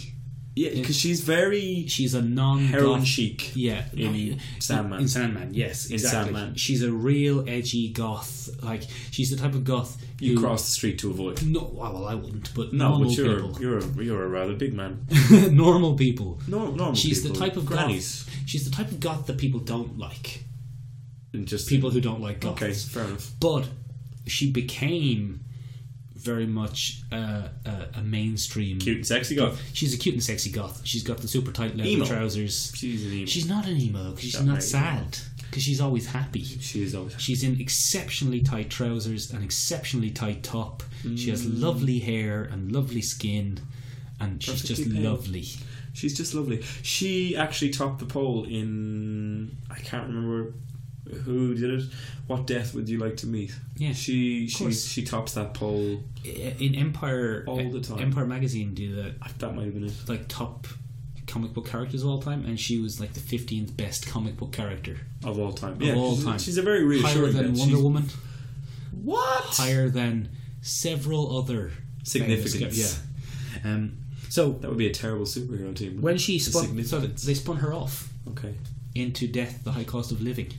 Speaker 2: Yeah, because she's very
Speaker 1: She's a non
Speaker 2: heroin chic.
Speaker 1: Yeah,
Speaker 2: in Sandman.
Speaker 1: In Sandman, yes, exactly.
Speaker 2: Sandman.
Speaker 1: She's a real edgy goth. Like she's the type of goth
Speaker 2: You
Speaker 1: who-
Speaker 2: cross the street to avoid.
Speaker 1: No, well, I wouldn't, but
Speaker 2: No,
Speaker 1: normal
Speaker 2: but you're
Speaker 1: people,
Speaker 2: you're a, you're a rather big man.
Speaker 1: normal people.
Speaker 2: No, normal
Speaker 1: She's
Speaker 2: people.
Speaker 1: the type of
Speaker 2: grannies.
Speaker 1: Goth. She's the type of goth that people don't like.
Speaker 2: And just
Speaker 1: People who don't like goths.
Speaker 2: Okay, fair enough.
Speaker 1: But she became very much uh, a, a mainstream.
Speaker 2: Cute and sexy goth.
Speaker 1: She's a cute and sexy goth. She's got the super tight leather
Speaker 2: Emo.
Speaker 1: trousers.
Speaker 2: She's an emo.
Speaker 1: She's not an emo. 'cause She's
Speaker 2: Not
Speaker 1: not
Speaker 2: very
Speaker 1: sad. because she's always happy.
Speaker 2: She is always.
Speaker 1: She's in exceptionally tight trousers and exceptionally tight top. She has lovely hair and lovely skin, and she's
Speaker 2: Perfectly
Speaker 1: just
Speaker 2: pale.
Speaker 1: lovely.
Speaker 2: She's just lovely. She actually topped the poll in. I can't remember who did it. What death would you like to meet?
Speaker 1: Yeah.
Speaker 2: She she
Speaker 1: course.
Speaker 2: she tops that poll.
Speaker 1: I- In Empire,
Speaker 2: All the time.
Speaker 1: Empire magazine do the
Speaker 2: That might have been it.
Speaker 1: like top comic book characters of all time, and she was like the fifteenth best comic book character,
Speaker 2: Of all time.
Speaker 1: Of all
Speaker 2: she's,
Speaker 1: time.
Speaker 2: She's a very
Speaker 1: higher
Speaker 2: reassuring
Speaker 1: than
Speaker 2: death.
Speaker 1: Wonder
Speaker 2: She's-
Speaker 1: Woman,
Speaker 2: What?
Speaker 1: higher than several other famous
Speaker 2: Significance.
Speaker 1: ca- Yeah. Um, so
Speaker 2: That would be a terrible superhero team. wouldn't
Speaker 1: when
Speaker 2: it?
Speaker 1: she
Speaker 2: The
Speaker 1: spun, so
Speaker 2: significance.
Speaker 1: they spun her off
Speaker 2: okay.
Speaker 1: into Death: The High Cost of Living.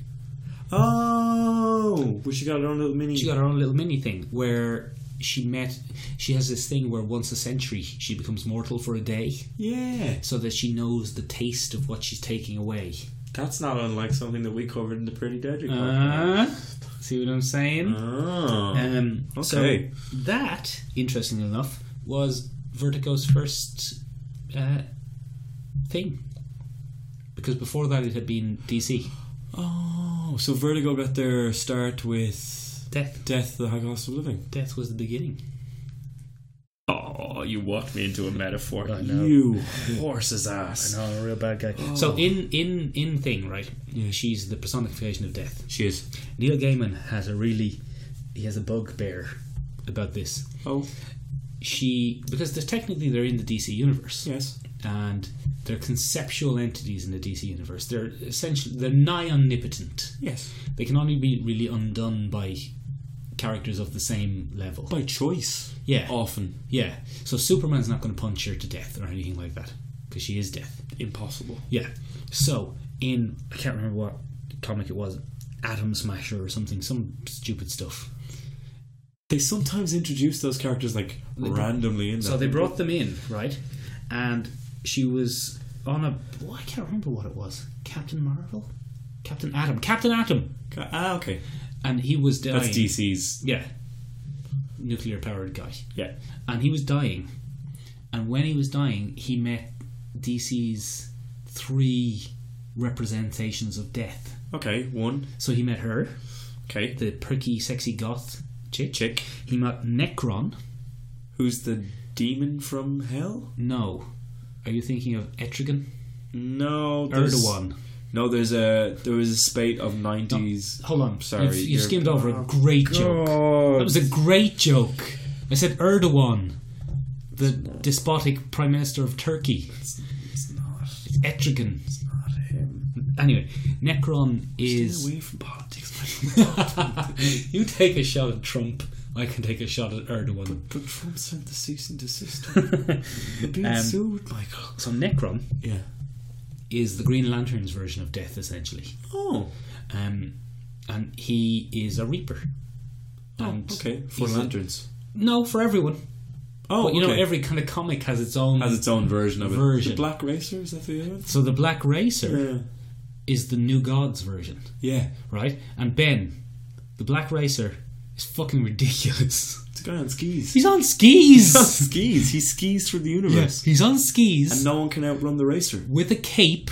Speaker 2: Oh, but she got her own little mini.
Speaker 1: She got her own little mini thing where she met. She has this thing where once a century she becomes mortal for a day,
Speaker 2: yeah,
Speaker 1: so that she knows the taste of what she's taking away.
Speaker 2: that's not unlike something that we covered in the Pretty Deadly. podcast.
Speaker 1: Uh, see what I'm saying?
Speaker 2: oh,
Speaker 1: Um,
Speaker 2: okay.
Speaker 1: So that, interestingly enough, was Vertigo's first uh, thing. Because before that, it had been DC
Speaker 2: oh, so Vertigo got their start with
Speaker 1: Death.
Speaker 2: Death, the High Cost of Living.
Speaker 1: Death was the beginning.
Speaker 2: Oh, you walked me into a metaphor.
Speaker 1: I know.
Speaker 2: You horse's ass.
Speaker 1: No, I'm a real bad guy. So in in in thing, right? She's the personification of death.
Speaker 2: She is.
Speaker 1: Neil Gaiman has a really he has a bugbear about this.
Speaker 2: Oh,
Speaker 1: She because they're technically they're in the DC universe
Speaker 2: yes.
Speaker 1: and they're conceptual entities in the DC universe. They're essentially they're nigh omnipotent.
Speaker 2: Yes.
Speaker 1: They can only be really undone by characters of the same level.
Speaker 2: By choice.
Speaker 1: yeah,
Speaker 2: Often.
Speaker 1: yeah. So Superman's not going to punch her to death or anything like that because she is death.
Speaker 2: Impossible.
Speaker 1: Yeah. So in I can't remember what comic it was, Atom Smasher or something, some stupid stuff.
Speaker 2: They sometimes introduce those characters like randomly in there.
Speaker 1: So they brought them in, right? And she was on a oh, I can't remember what it was. Captain Marvel, Captain Atom, Captain Atom,
Speaker 2: Ah, okay.
Speaker 1: and he was dying.
Speaker 2: That's DC's.
Speaker 1: Yeah, nuclear powered guy,
Speaker 2: Yeah.
Speaker 1: and he was dying. And when he was dying, he met DC's three representations of death.
Speaker 2: Okay, one.
Speaker 1: So he met her,
Speaker 2: Okay.
Speaker 1: the perky, sexy goth chick.
Speaker 2: Chick.
Speaker 1: He met Necron.
Speaker 2: Who's the demon from hell?
Speaker 1: No, are you thinking of Etrigan?
Speaker 2: No, there's-
Speaker 1: Erdogan.
Speaker 2: No, there's a there was a spate of nineties.
Speaker 1: Hold on,
Speaker 2: Sorry,
Speaker 1: You've- you
Speaker 2: you're- Oh,
Speaker 1: skimmed over a great joke.
Speaker 2: God,
Speaker 1: That was a great joke. I said Erdogan, the despotic prime minister of Turkey.
Speaker 2: it's not,
Speaker 1: It's Etrigan.
Speaker 2: not him.
Speaker 1: Anyway, Necron
Speaker 2: Get
Speaker 1: is.
Speaker 2: away from politics.
Speaker 1: you take a shot at Trump. I can take a shot at Erdogan.
Speaker 2: But Trump sent the cease and desist. You're being
Speaker 1: Um,
Speaker 2: sued, oh. Michael.
Speaker 1: so Necron
Speaker 2: Yeah.
Speaker 1: is the Green Lantern's version of death, essentially.
Speaker 2: Oh.
Speaker 1: Um, and he is a reaper. And
Speaker 2: Oh, okay. For
Speaker 1: he's a-
Speaker 2: lanterns.
Speaker 1: no, for everyone.
Speaker 2: oh,
Speaker 1: But you know,
Speaker 2: okay.
Speaker 1: every kind of comic has its own.
Speaker 2: has its own version of it.
Speaker 1: Version.
Speaker 2: The Black Racer is that the other one?
Speaker 1: so the Black Racer is the New Gods version,
Speaker 2: Yeah.
Speaker 1: right? And Ben, the Black Racer, is fucking ridiculous.
Speaker 2: It's a guy on skis.
Speaker 1: He's on skis.
Speaker 2: He's on skis. He skis through the
Speaker 1: Yes,
Speaker 2: universe,
Speaker 1: he's on skis
Speaker 2: and no one can outrun the racer.
Speaker 1: with a cape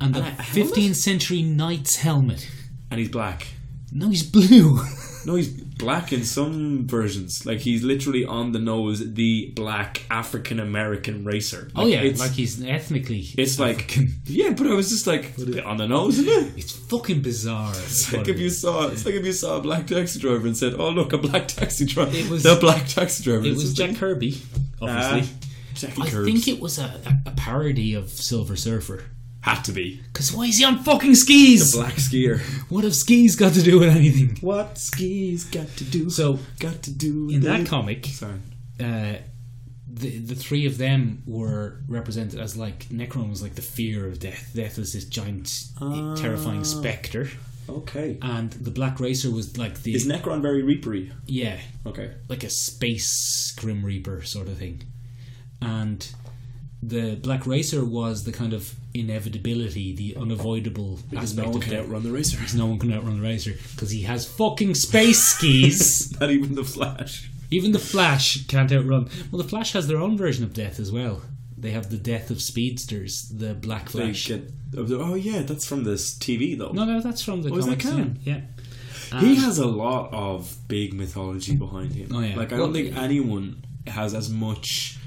Speaker 1: and a
Speaker 2: And a helmet?
Speaker 1: 15th century knight's helmet.
Speaker 2: And he's black.
Speaker 1: No, he's blue.
Speaker 2: No, he's black in some versions. Like he's literally on the nose, the black African American racer.
Speaker 1: oh yeah,
Speaker 2: it's
Speaker 1: like he's ethnically.
Speaker 2: it's like yeah. But I was just like it's a bit on the nose, isn't it?
Speaker 1: It's fucking bizarre.
Speaker 2: It's like if you saw, it's like if you saw a black taxi driver and said, "Oh look, a black taxi driver."
Speaker 1: It was-
Speaker 2: the black taxi driver.
Speaker 1: It
Speaker 2: It's
Speaker 1: was
Speaker 2: just
Speaker 1: Jack
Speaker 2: like,
Speaker 1: Kirby, obviously.
Speaker 2: ah, Jackie
Speaker 1: I
Speaker 2: Curbs.
Speaker 1: think it was a, a, a parody of Silver Surfer.
Speaker 2: had to be
Speaker 1: Because why is he on fucking skis?
Speaker 2: black skier.
Speaker 1: What have skis got to do with anything?
Speaker 2: What skis got to do?
Speaker 1: So,
Speaker 2: got to do
Speaker 1: in that comic,
Speaker 2: Sorry.
Speaker 1: uh, the, the three of them were represented as like Necron was like the fear of death. Death is this giant,
Speaker 2: Ah.
Speaker 1: terrifying specter,
Speaker 2: Okay.
Speaker 1: and the Black Racer was like the
Speaker 2: Is Necron very reapery?
Speaker 1: yeah,
Speaker 2: Okay.
Speaker 1: like a space Grim Reaper sort of thing, and the Black Racer was the kind of inevitability, the unavoidable aspect
Speaker 2: No one
Speaker 1: of
Speaker 2: can
Speaker 1: death.
Speaker 2: outrun the racer.
Speaker 1: No one can outrun the Racer because he has fucking space skis.
Speaker 2: Not even the Flash.
Speaker 1: Even the Flash can't outrun. Well, the Flash has their own version of death as well. They have the death of speedsters, the Black
Speaker 2: They
Speaker 1: Flash.
Speaker 2: get, oh yeah, that's from this TV though.
Speaker 1: no, no, that's from the
Speaker 2: Oh, is that
Speaker 1: comics.
Speaker 2: canon?
Speaker 1: Yeah. yeah.
Speaker 2: he
Speaker 1: Um,
Speaker 2: has a lot of big mythology behind him.
Speaker 1: Oh, yeah.
Speaker 2: Like I
Speaker 1: Well-
Speaker 2: don't think anyone has as much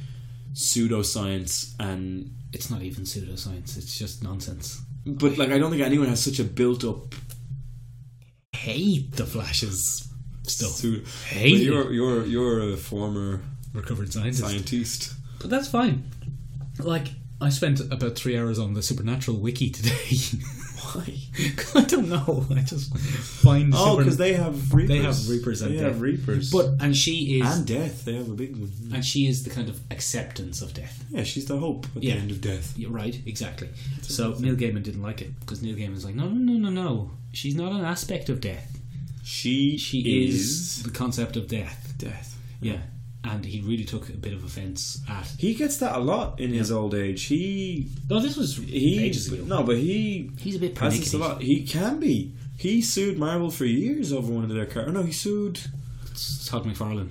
Speaker 2: pseudoscience and
Speaker 1: It's not even pseudoscience. It's just nonsense.
Speaker 2: but like I don't think anyone has such a built up
Speaker 1: Hate the Flash's stuff.
Speaker 2: pseudo
Speaker 1: Hate
Speaker 2: But
Speaker 1: it.
Speaker 2: you're you're you're a former
Speaker 1: Recovered scientist.
Speaker 2: scientist.
Speaker 1: But that's fine. Like, I spent about three hours on the Supernatural wiki today. Why? I don't know. I just find
Speaker 2: Oh,
Speaker 1: Supern-
Speaker 2: because they have reapers.
Speaker 1: They have reapers and
Speaker 2: They
Speaker 1: death.
Speaker 2: have reapers.
Speaker 1: But and she is
Speaker 2: and death, they have a big one.
Speaker 1: and she is the kind of acceptance of death.
Speaker 2: Yeah, she's the hope at
Speaker 1: Yeah.
Speaker 2: the end of death.
Speaker 1: Yeah, right, exactly. So Neil Gaiman didn't like it because Neil Gaiman's like, no, no, no, no, no. She's not an aspect of death.
Speaker 2: She
Speaker 1: She is the concept of death.
Speaker 2: death.
Speaker 1: Yeah, and he really took a bit of offence at.
Speaker 2: He gets that a lot in his old age. He
Speaker 1: No, this was
Speaker 2: he
Speaker 1: ages ago.
Speaker 2: no, but he
Speaker 1: He's a bit
Speaker 2: has this a
Speaker 1: panicky.
Speaker 2: lot. He can be. He sued Marvel for years over one of their characters. No, he sued
Speaker 1: Todd McFarlane,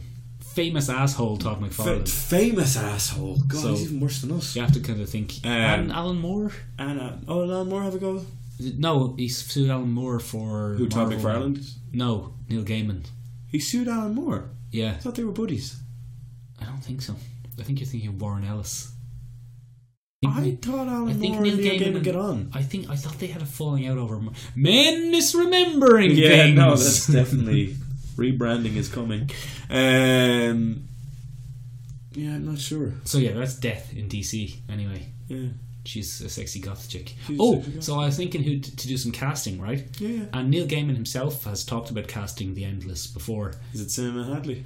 Speaker 1: famous asshole Todd
Speaker 2: fa-
Speaker 1: McFarlane.
Speaker 2: famous asshole. God,
Speaker 1: So-
Speaker 2: he's even worse than us.
Speaker 1: You have to kind of think.
Speaker 2: Um,
Speaker 1: Alan, Alan Moore?
Speaker 2: And uh, oh, Alan Moore have a go.
Speaker 1: No, he sued Alan Moore for
Speaker 2: Who Todd
Speaker 1: Marvel.
Speaker 2: McFarland?
Speaker 1: No, Neil Gaiman.
Speaker 2: He sued Alan Moore.
Speaker 1: Yeah,
Speaker 2: I thought they were buddies.
Speaker 1: I don't think so. I think you're thinking of Warren Ellis.
Speaker 2: I thought Alan
Speaker 1: I think
Speaker 2: Moore
Speaker 1: Neil
Speaker 2: and Neil
Speaker 1: Gaiman
Speaker 2: Gaiman
Speaker 1: and-
Speaker 2: get on.
Speaker 1: I think I thought they had a falling out over Mar- men misremembering
Speaker 2: Yeah,
Speaker 1: things.
Speaker 2: no, that's definitely rebranding is coming. Um, yeah, I'm not sure.
Speaker 1: so yeah, that's death in DC. Anyway,
Speaker 2: Yeah,
Speaker 1: she's a sexy goth chick.
Speaker 2: She's a
Speaker 1: oh,
Speaker 2: sexy goth.
Speaker 1: so I was thinking who t- to do some casting, right?
Speaker 2: yeah.
Speaker 1: And Neil Gaiman himself has talked about casting the Endless before.
Speaker 2: Is it Sam Hadley?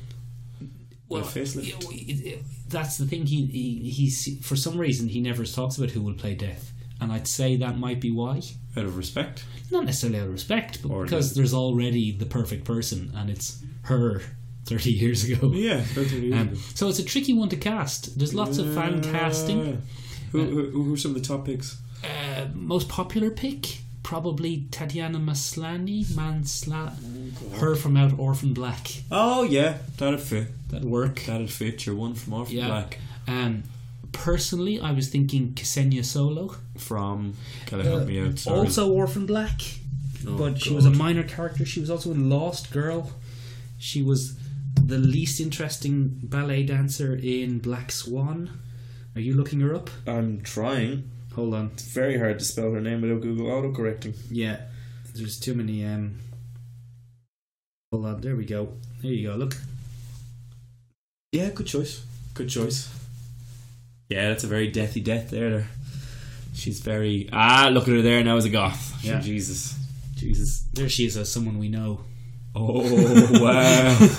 Speaker 2: Well, facelift.
Speaker 1: yeah, well, it- it- that's the thing. He, he he's for some reason he never talks about who will play death, and I'd say that might be why.
Speaker 2: Out of respect.
Speaker 1: not necessarily out of respect, but
Speaker 2: Or
Speaker 1: because there's already the perfect person, and it's her thirty years ago.
Speaker 2: Yeah, that's what he
Speaker 1: Um,
Speaker 2: is.
Speaker 1: so it's a tricky one to cast. There's lots of fan
Speaker 2: Yeah.
Speaker 1: casting.
Speaker 2: Mm. Who, who, who are some of the top picks?
Speaker 1: Uh, most popular pick probably Tatiana Maslany, Mansla, her from Out Orphan Black.
Speaker 2: Oh yeah, that'd fit.
Speaker 1: That work.
Speaker 2: That'd fit. Your one from Orphan
Speaker 1: Yeah.
Speaker 2: Black
Speaker 1: Um, personally, I was thinking Ksenia Solo,
Speaker 2: from. Can I help me out? Sorry.
Speaker 1: Uh, also Orphan Black,
Speaker 2: Oh,
Speaker 1: but she was a
Speaker 2: God.
Speaker 1: minor character. She was also in Lost Girl. She was the least interesting ballet dancer in Black Swan. Are you looking her up?
Speaker 2: I'm trying.
Speaker 1: Hold on.
Speaker 2: It's very hard to spell her name without Google autocorrecting.
Speaker 1: Yeah, there's too many. Um, hold on. There we go. There you go. Look.
Speaker 2: Yeah, good choice. Good choice. Yeah, that's a very deathy death there. there. She's very ah. Look at her there now as a goth.
Speaker 1: Yeah.
Speaker 2: Jesus, Jesus.
Speaker 1: There she is, as someone we know.
Speaker 2: Oh wow,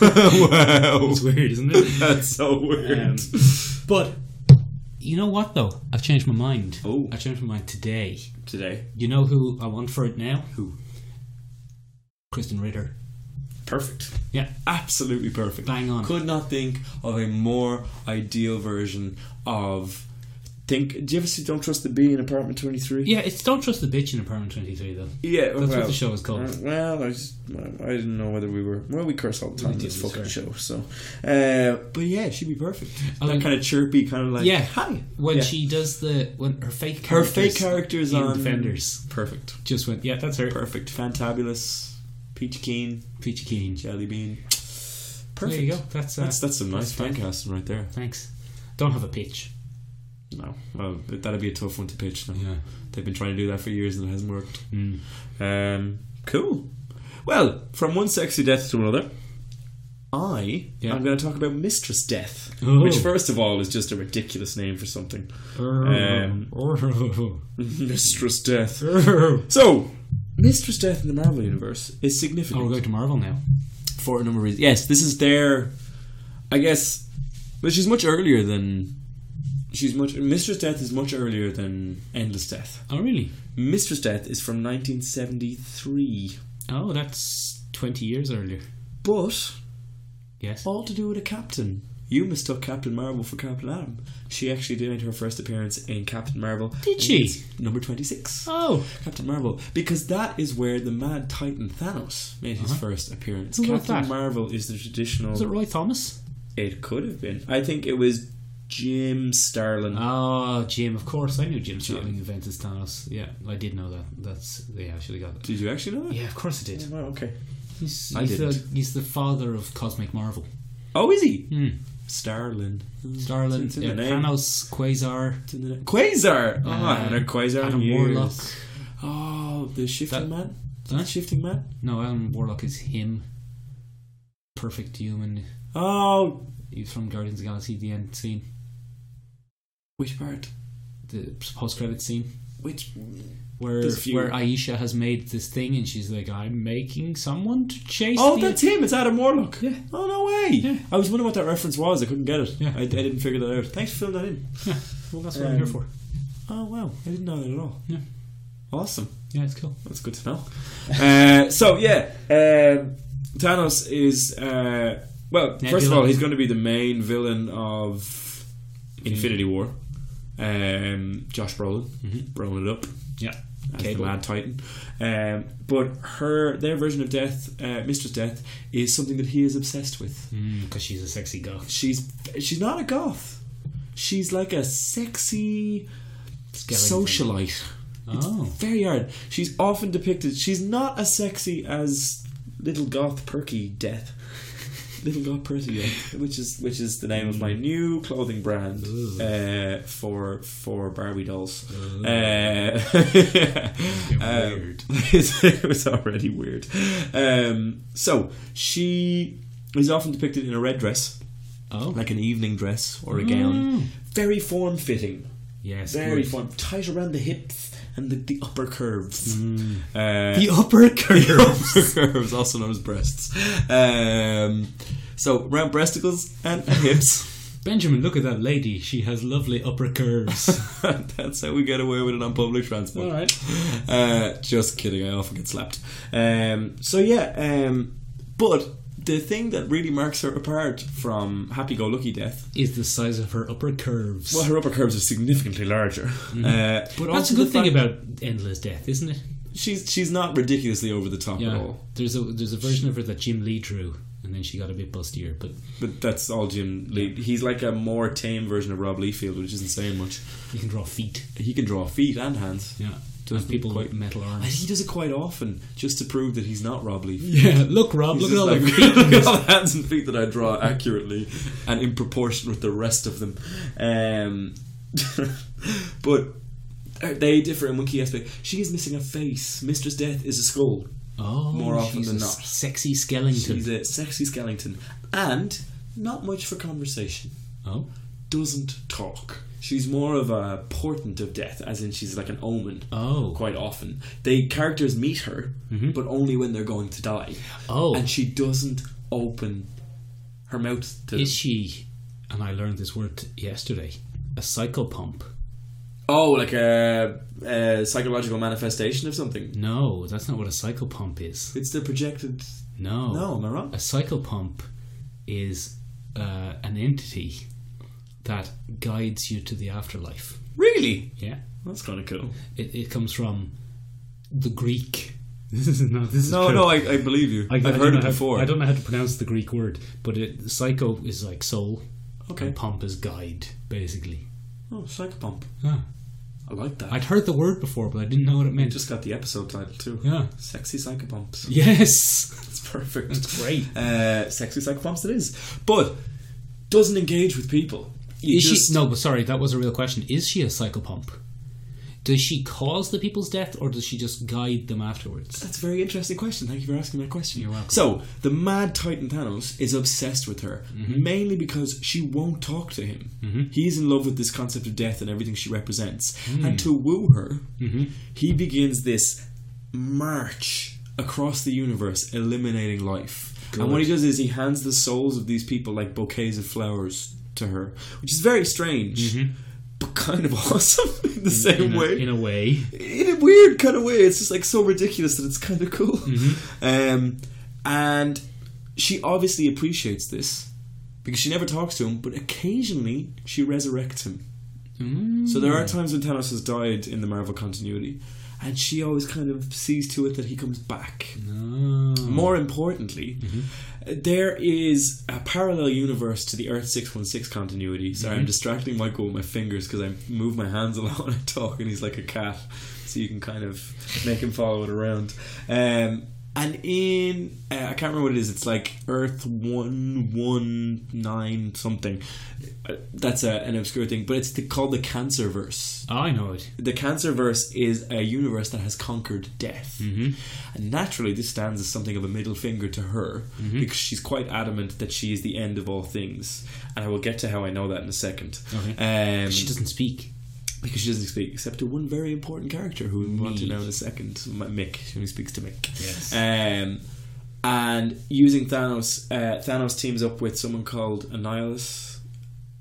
Speaker 2: wow.
Speaker 1: It's weird, isn't it?
Speaker 2: That's so weird.
Speaker 1: Um, but you know what, though, I've changed my mind.
Speaker 2: Oh.
Speaker 1: I changed my mind today.
Speaker 2: Today,
Speaker 1: You know who I want for it now?
Speaker 2: Who?
Speaker 1: Kristen Ritter.
Speaker 2: perfect.
Speaker 1: Yeah,
Speaker 2: Absolutely perfect.
Speaker 1: Bang on.
Speaker 2: Could not think of a more ideal version of. Think. Do you ever see Don't Trust the Bee in Apartment Twenty Three?
Speaker 1: yeah. It's don't trust the bitch in Apartment Twenty Three though.
Speaker 2: Yeah,
Speaker 1: That's what the show is called.
Speaker 2: Uh, well, I, just, I didn't know whether we were. Well, we curse all the time
Speaker 1: We
Speaker 2: on
Speaker 1: do,
Speaker 2: this
Speaker 1: we
Speaker 2: fucking show, so. Uh, but yeah, she'd be perfect.
Speaker 1: I
Speaker 2: that
Speaker 1: like-
Speaker 2: kind of chirpy, kind of like
Speaker 1: Yeah.
Speaker 2: hi.
Speaker 1: When
Speaker 2: Yeah.
Speaker 1: she does the when her fake
Speaker 2: her
Speaker 1: characters
Speaker 2: fake characters
Speaker 1: in
Speaker 2: on
Speaker 1: Defenders
Speaker 2: perfect,
Speaker 1: just went yeah that's her
Speaker 2: perfect, fantabulous, peach keen,
Speaker 1: Peachy Keen.
Speaker 2: jelly bean. Perfect.
Speaker 1: There you go. That's uh,
Speaker 2: That's that's some
Speaker 1: that's
Speaker 2: nice fan casting right there.
Speaker 1: thanks. Don't have a pitch.
Speaker 2: No, well, that'd be a tough one to pitch. Now.
Speaker 1: Yeah.
Speaker 2: They've been trying to do that for years and it hasn't worked.
Speaker 1: Mm.
Speaker 2: Um, cool. Well, from one sexy death to another, I
Speaker 1: Yeah.
Speaker 2: am going to talk about Mistress Death,
Speaker 1: Oh.
Speaker 2: which, first of all, is just a ridiculous name for something.
Speaker 1: Um,
Speaker 2: Mistress Death.
Speaker 1: oh,
Speaker 2: So, Mistress Death in the Marvel Universe is significant
Speaker 1: we're going to Marvel now.
Speaker 2: Oh, for a number of reasons. Yes, this is their, I guess, but she's much earlier than. She's much. Mistress Death is much earlier than Endless Death.
Speaker 1: Oh really?
Speaker 2: Mistress Death is from 1973,
Speaker 1: Oh, that's twenty years earlier.
Speaker 2: but
Speaker 1: Yes.
Speaker 2: all to do with a captain. You mistook Captain Marvel for Captain Adam. She actually did make her first appearance in Captain Marvel.
Speaker 1: Did
Speaker 2: and
Speaker 1: she?
Speaker 2: it's Number 26.
Speaker 1: Oh,
Speaker 2: Captain Marvel. Because that is where the mad titan Thanos made his first appearance.
Speaker 1: Uh-huh. Who wrote
Speaker 2: Captain
Speaker 1: that?
Speaker 2: Marvel is the traditional.
Speaker 1: was it Roy Thomas?
Speaker 2: It could have been. I think it was Jim Starlin.
Speaker 1: Oh, Jim. Of course, I knew Jim Starling invented Thanos. Yeah, I did know that. That's yeah. I should have got it.
Speaker 2: Did you actually know that?
Speaker 1: Yeah, of course I did.
Speaker 2: Wow, okay.
Speaker 1: He's,
Speaker 2: I
Speaker 1: he's the
Speaker 2: didn't.
Speaker 1: he's the father of cosmic Marvel.
Speaker 2: Oh, is he?
Speaker 1: Hmm.
Speaker 2: Starlin.
Speaker 1: Starlin,
Speaker 2: It's in the
Speaker 1: yeah,
Speaker 2: name.
Speaker 1: Thanos, Quasar,
Speaker 2: It's in the name. Quasar! Oh, I
Speaker 1: Uh,
Speaker 2: haven't heard Quasar
Speaker 1: Adam
Speaker 2: in years.
Speaker 1: Warlock.
Speaker 2: Oh, the Shifting
Speaker 1: That-
Speaker 2: Man?
Speaker 1: Huh?
Speaker 2: Shifting Man?
Speaker 1: No, Adam Warlock is him. Perfect human.
Speaker 2: Oh,
Speaker 1: He's from Guardians of the Galaxy. The end scene,
Speaker 2: which part?
Speaker 1: the post credit scene,
Speaker 2: Which?
Speaker 1: where
Speaker 2: There's a few.
Speaker 1: where Aisha has made this thing, and she's like, "I'm making someone to chase."
Speaker 2: Oh,
Speaker 1: me."
Speaker 2: that's him. It's Adam Warlock.
Speaker 1: Yeah.
Speaker 2: Oh, no way.
Speaker 1: Yeah.
Speaker 2: I was wondering what that reference was. I couldn't get it.
Speaker 1: Yeah.
Speaker 2: I, I didn't figure that out. Thanks for filling that in.
Speaker 1: well, that's what I'm here
Speaker 2: Um,
Speaker 1: for.
Speaker 2: Oh, wow. I didn't know that at all.
Speaker 1: Yeah.
Speaker 2: Awesome.
Speaker 1: Yeah, it's cool.
Speaker 2: That's good to know. Uh, so yeah, um, Thanos is uh, well.
Speaker 1: Yeah,
Speaker 2: first of
Speaker 1: villain.
Speaker 2: all, he's going to be the main villain of
Speaker 1: Mm.
Speaker 2: Infinity War. Um, Josh Brolin,
Speaker 1: Mm-hmm.
Speaker 2: Brolin it up.
Speaker 1: Yeah,
Speaker 2: As the
Speaker 1: Cable.
Speaker 2: Mad Titan, um, but her their version of death, uh, Mistress Death, is something that he is obsessed with.
Speaker 1: because Mm, she's a sexy girl.
Speaker 2: She's she's not a goth. She's like a sexy socialite.
Speaker 1: Oh,
Speaker 2: Very hard. She's often depicted. She's not as sexy as little goth perky death. little goth perky death, which is which is the name of my
Speaker 1: Mm.
Speaker 2: new clothing brand
Speaker 1: Ooh.
Speaker 2: uh, for for Barbie dolls.
Speaker 1: Ooh.
Speaker 2: Uh, um,
Speaker 1: weird.
Speaker 2: it was already weird. Um, so she is often depicted in a red dress,
Speaker 1: oh, Mm.
Speaker 2: like an evening dress or a gown. Very form fitting
Speaker 1: yes,
Speaker 2: very
Speaker 1: good.
Speaker 2: fun. Tight around the hips and the, the upper curves.
Speaker 1: Mm.
Speaker 2: Uh,
Speaker 1: The upper curve.
Speaker 2: the upper curves, also known as breasts. Um, so round breasticles and hips.
Speaker 1: Benjamin, look at that lady. She has lovely upper curves.
Speaker 2: That's how we get away with it on public transport.
Speaker 1: All right.
Speaker 2: Uh, just kidding. I often get slapped. Um, so yeah, um, but the thing that really marks her apart from happy-go-lucky death,
Speaker 1: Is the size of her upper curves.
Speaker 2: well, her upper curves are significantly larger. Uh, but
Speaker 1: That's
Speaker 2: also
Speaker 1: a
Speaker 2: the
Speaker 1: good thing
Speaker 2: fact-
Speaker 1: about endless death, isn't it?
Speaker 2: she's she's not ridiculously over the top at all.
Speaker 1: There's a there's a version of her that Jim Lee drew, and then she got a bit bustier. But
Speaker 2: But that's all Jim Lee. He's like a more tame version of Rob Liefeld, which isn't saying much.
Speaker 1: you can draw feet.
Speaker 2: He can draw feet and hands.
Speaker 1: Yeah.
Speaker 2: Doesn't
Speaker 1: and people
Speaker 2: quite-
Speaker 1: with metal
Speaker 2: And
Speaker 1: arms.
Speaker 2: he does it quite often, just to prove that he's not Rob Liefeld.
Speaker 1: Yeah. Look, Rob.
Speaker 2: He's
Speaker 1: look at all
Speaker 2: just
Speaker 1: the
Speaker 2: like,
Speaker 1: feet. in
Speaker 2: look at
Speaker 1: this.
Speaker 2: all the hands and feet that I draw accurately and in proportion with the rest of them. Um, but uh, they differ in one key aspect. She is missing a face. Mistress Death is a skull.
Speaker 1: Oh,
Speaker 2: More often
Speaker 1: she's
Speaker 2: than
Speaker 1: a
Speaker 2: not.
Speaker 1: Sexy skeleton.
Speaker 2: She's a sexy skeleton and not much for conversation.
Speaker 1: oh.
Speaker 2: doesn't talk. She's more of a portent of death, as in she's like an omen.
Speaker 1: Oh. Mm-hmm.
Speaker 2: Quite often, the characters meet her, but only when they're going to die.
Speaker 1: Oh.
Speaker 2: and she doesn't open her mouth to.
Speaker 1: Is she? And I learned this word yesterday. A psychopomp.
Speaker 2: oh, like a, a psychological manifestation of something.
Speaker 1: No, that's not what a psychopomp is.
Speaker 2: It's the projected.
Speaker 1: No.
Speaker 2: No, am I
Speaker 1: A
Speaker 2: wrong?
Speaker 1: psychopomp is uh, an entity that guides you to the afterlife.
Speaker 2: Really?
Speaker 1: Yeah.
Speaker 2: That's kind of cool.
Speaker 1: It, it comes from the Greek. This is no, this is
Speaker 2: No,
Speaker 1: true.
Speaker 2: no, I, I believe you. I,
Speaker 1: I- I
Speaker 2: have
Speaker 1: don't
Speaker 2: heard
Speaker 1: know
Speaker 2: it
Speaker 1: how-
Speaker 2: before.
Speaker 1: I don't know how to pronounce the Greek word, but it, psycho is like soul.
Speaker 2: Okay.
Speaker 1: And pomp is guide, basically.
Speaker 2: Oh, psychopomp.
Speaker 1: Huh.
Speaker 2: I like that.
Speaker 1: I'd heard the word before, but I didn't know what it meant.
Speaker 2: just got the episode title too.
Speaker 1: yeah.
Speaker 2: Sexy psychopomps.
Speaker 1: Yes.
Speaker 2: It's perfect.
Speaker 1: That's great.
Speaker 2: Uh, sexy psychopomps it is, but doesn't engage with people. You
Speaker 1: is
Speaker 2: just-
Speaker 1: she? No, but sorry, that was a real question. Is she a psychopomp? Does she cause the people's death, or does she just guide them afterwards?
Speaker 2: That's a very interesting question. Thank you for asking that question.
Speaker 1: You're welcome.
Speaker 2: So the mad Titan Thanos is obsessed with her
Speaker 1: Mm-hmm.
Speaker 2: mainly because she won't talk to him. He's in love with this concept of death and everything she represents,
Speaker 1: Hmm.
Speaker 2: and to woo her,
Speaker 1: Mm-hmm.
Speaker 2: he begins this march across the universe, eliminating life. And what he does is he hands the souls of these people like bouquets of flowers to her, which is very strange. But kind of awesome in the same
Speaker 1: Mm-hmm. In a, in
Speaker 2: way
Speaker 1: a way,
Speaker 2: in a weird kind of way. It's just like so ridiculous that it's kind of cool. Um, and she obviously appreciates this because she never talks to him, but occasionally Mm. she resurrects him. So there are times when Thanos has died in the Marvel continuity, and she always kind of sees to it that he comes back.
Speaker 1: No.
Speaker 2: More importantly, there is a parallel universe to the Earth 616 continuity. Sorry, I'm distracting Michael with my fingers because I move my hands a lot when I talk, and he's like a cat, so you can kind of make him follow it around. Um, and in, uh, I can't remember what it is, it's like Earth 119 something. Uh, That's a, an obscure thing, but it's the, called the Cancerverse
Speaker 1: Oh, I know it.
Speaker 2: the cancer verse is a universe that has conquered death
Speaker 1: Mm-hmm.
Speaker 2: and naturally this stands as something of a middle finger to her
Speaker 1: Mm-hmm.
Speaker 2: because she's quite adamant that she is the end of all things and i will get to how i know that in a second um,
Speaker 1: She doesn't speak.
Speaker 2: because she doesn't speak except to one very important character who we want to
Speaker 1: Meek.
Speaker 2: know in a second M- mick she only speaks to mick
Speaker 1: Yes.
Speaker 2: um, and using thanos uh, thanos teams up with someone called annihilus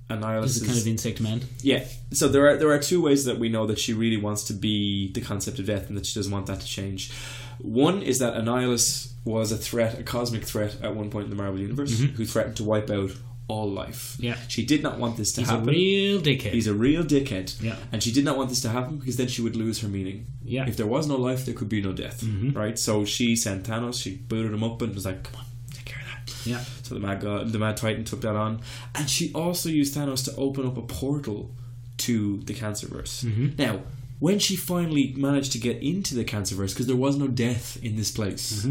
Speaker 2: annihilus
Speaker 1: This is
Speaker 2: is-
Speaker 1: a kind of insect man.
Speaker 2: yeah. So there are there are two ways that we know that she really wants to be the concept of death and that she doesn't want that to change. One is that Annihilus was a threat, a cosmic threat at one point in the Marvel universe, who threatened to wipe out all life.
Speaker 1: Mm-hmm. Yeah.
Speaker 2: She did not want this to
Speaker 1: He's
Speaker 2: happen.
Speaker 1: a real dickhead.
Speaker 2: He's a real dickhead.
Speaker 1: Yeah.
Speaker 2: And she did not want this to happen because then she would lose her meaning.
Speaker 1: Yeah. Mm-hmm.
Speaker 2: If there was no life, there could be no death. Right? So she sent Thanos, she booted him up and was like, Come on, take care of that.
Speaker 1: yeah.
Speaker 2: So the Mad God, the Mad Titan took that on, and she also used Thanos to open up a portal to the Cancerverse. Now, when she finally managed to get into the Cancerverse, because there was no death in this place,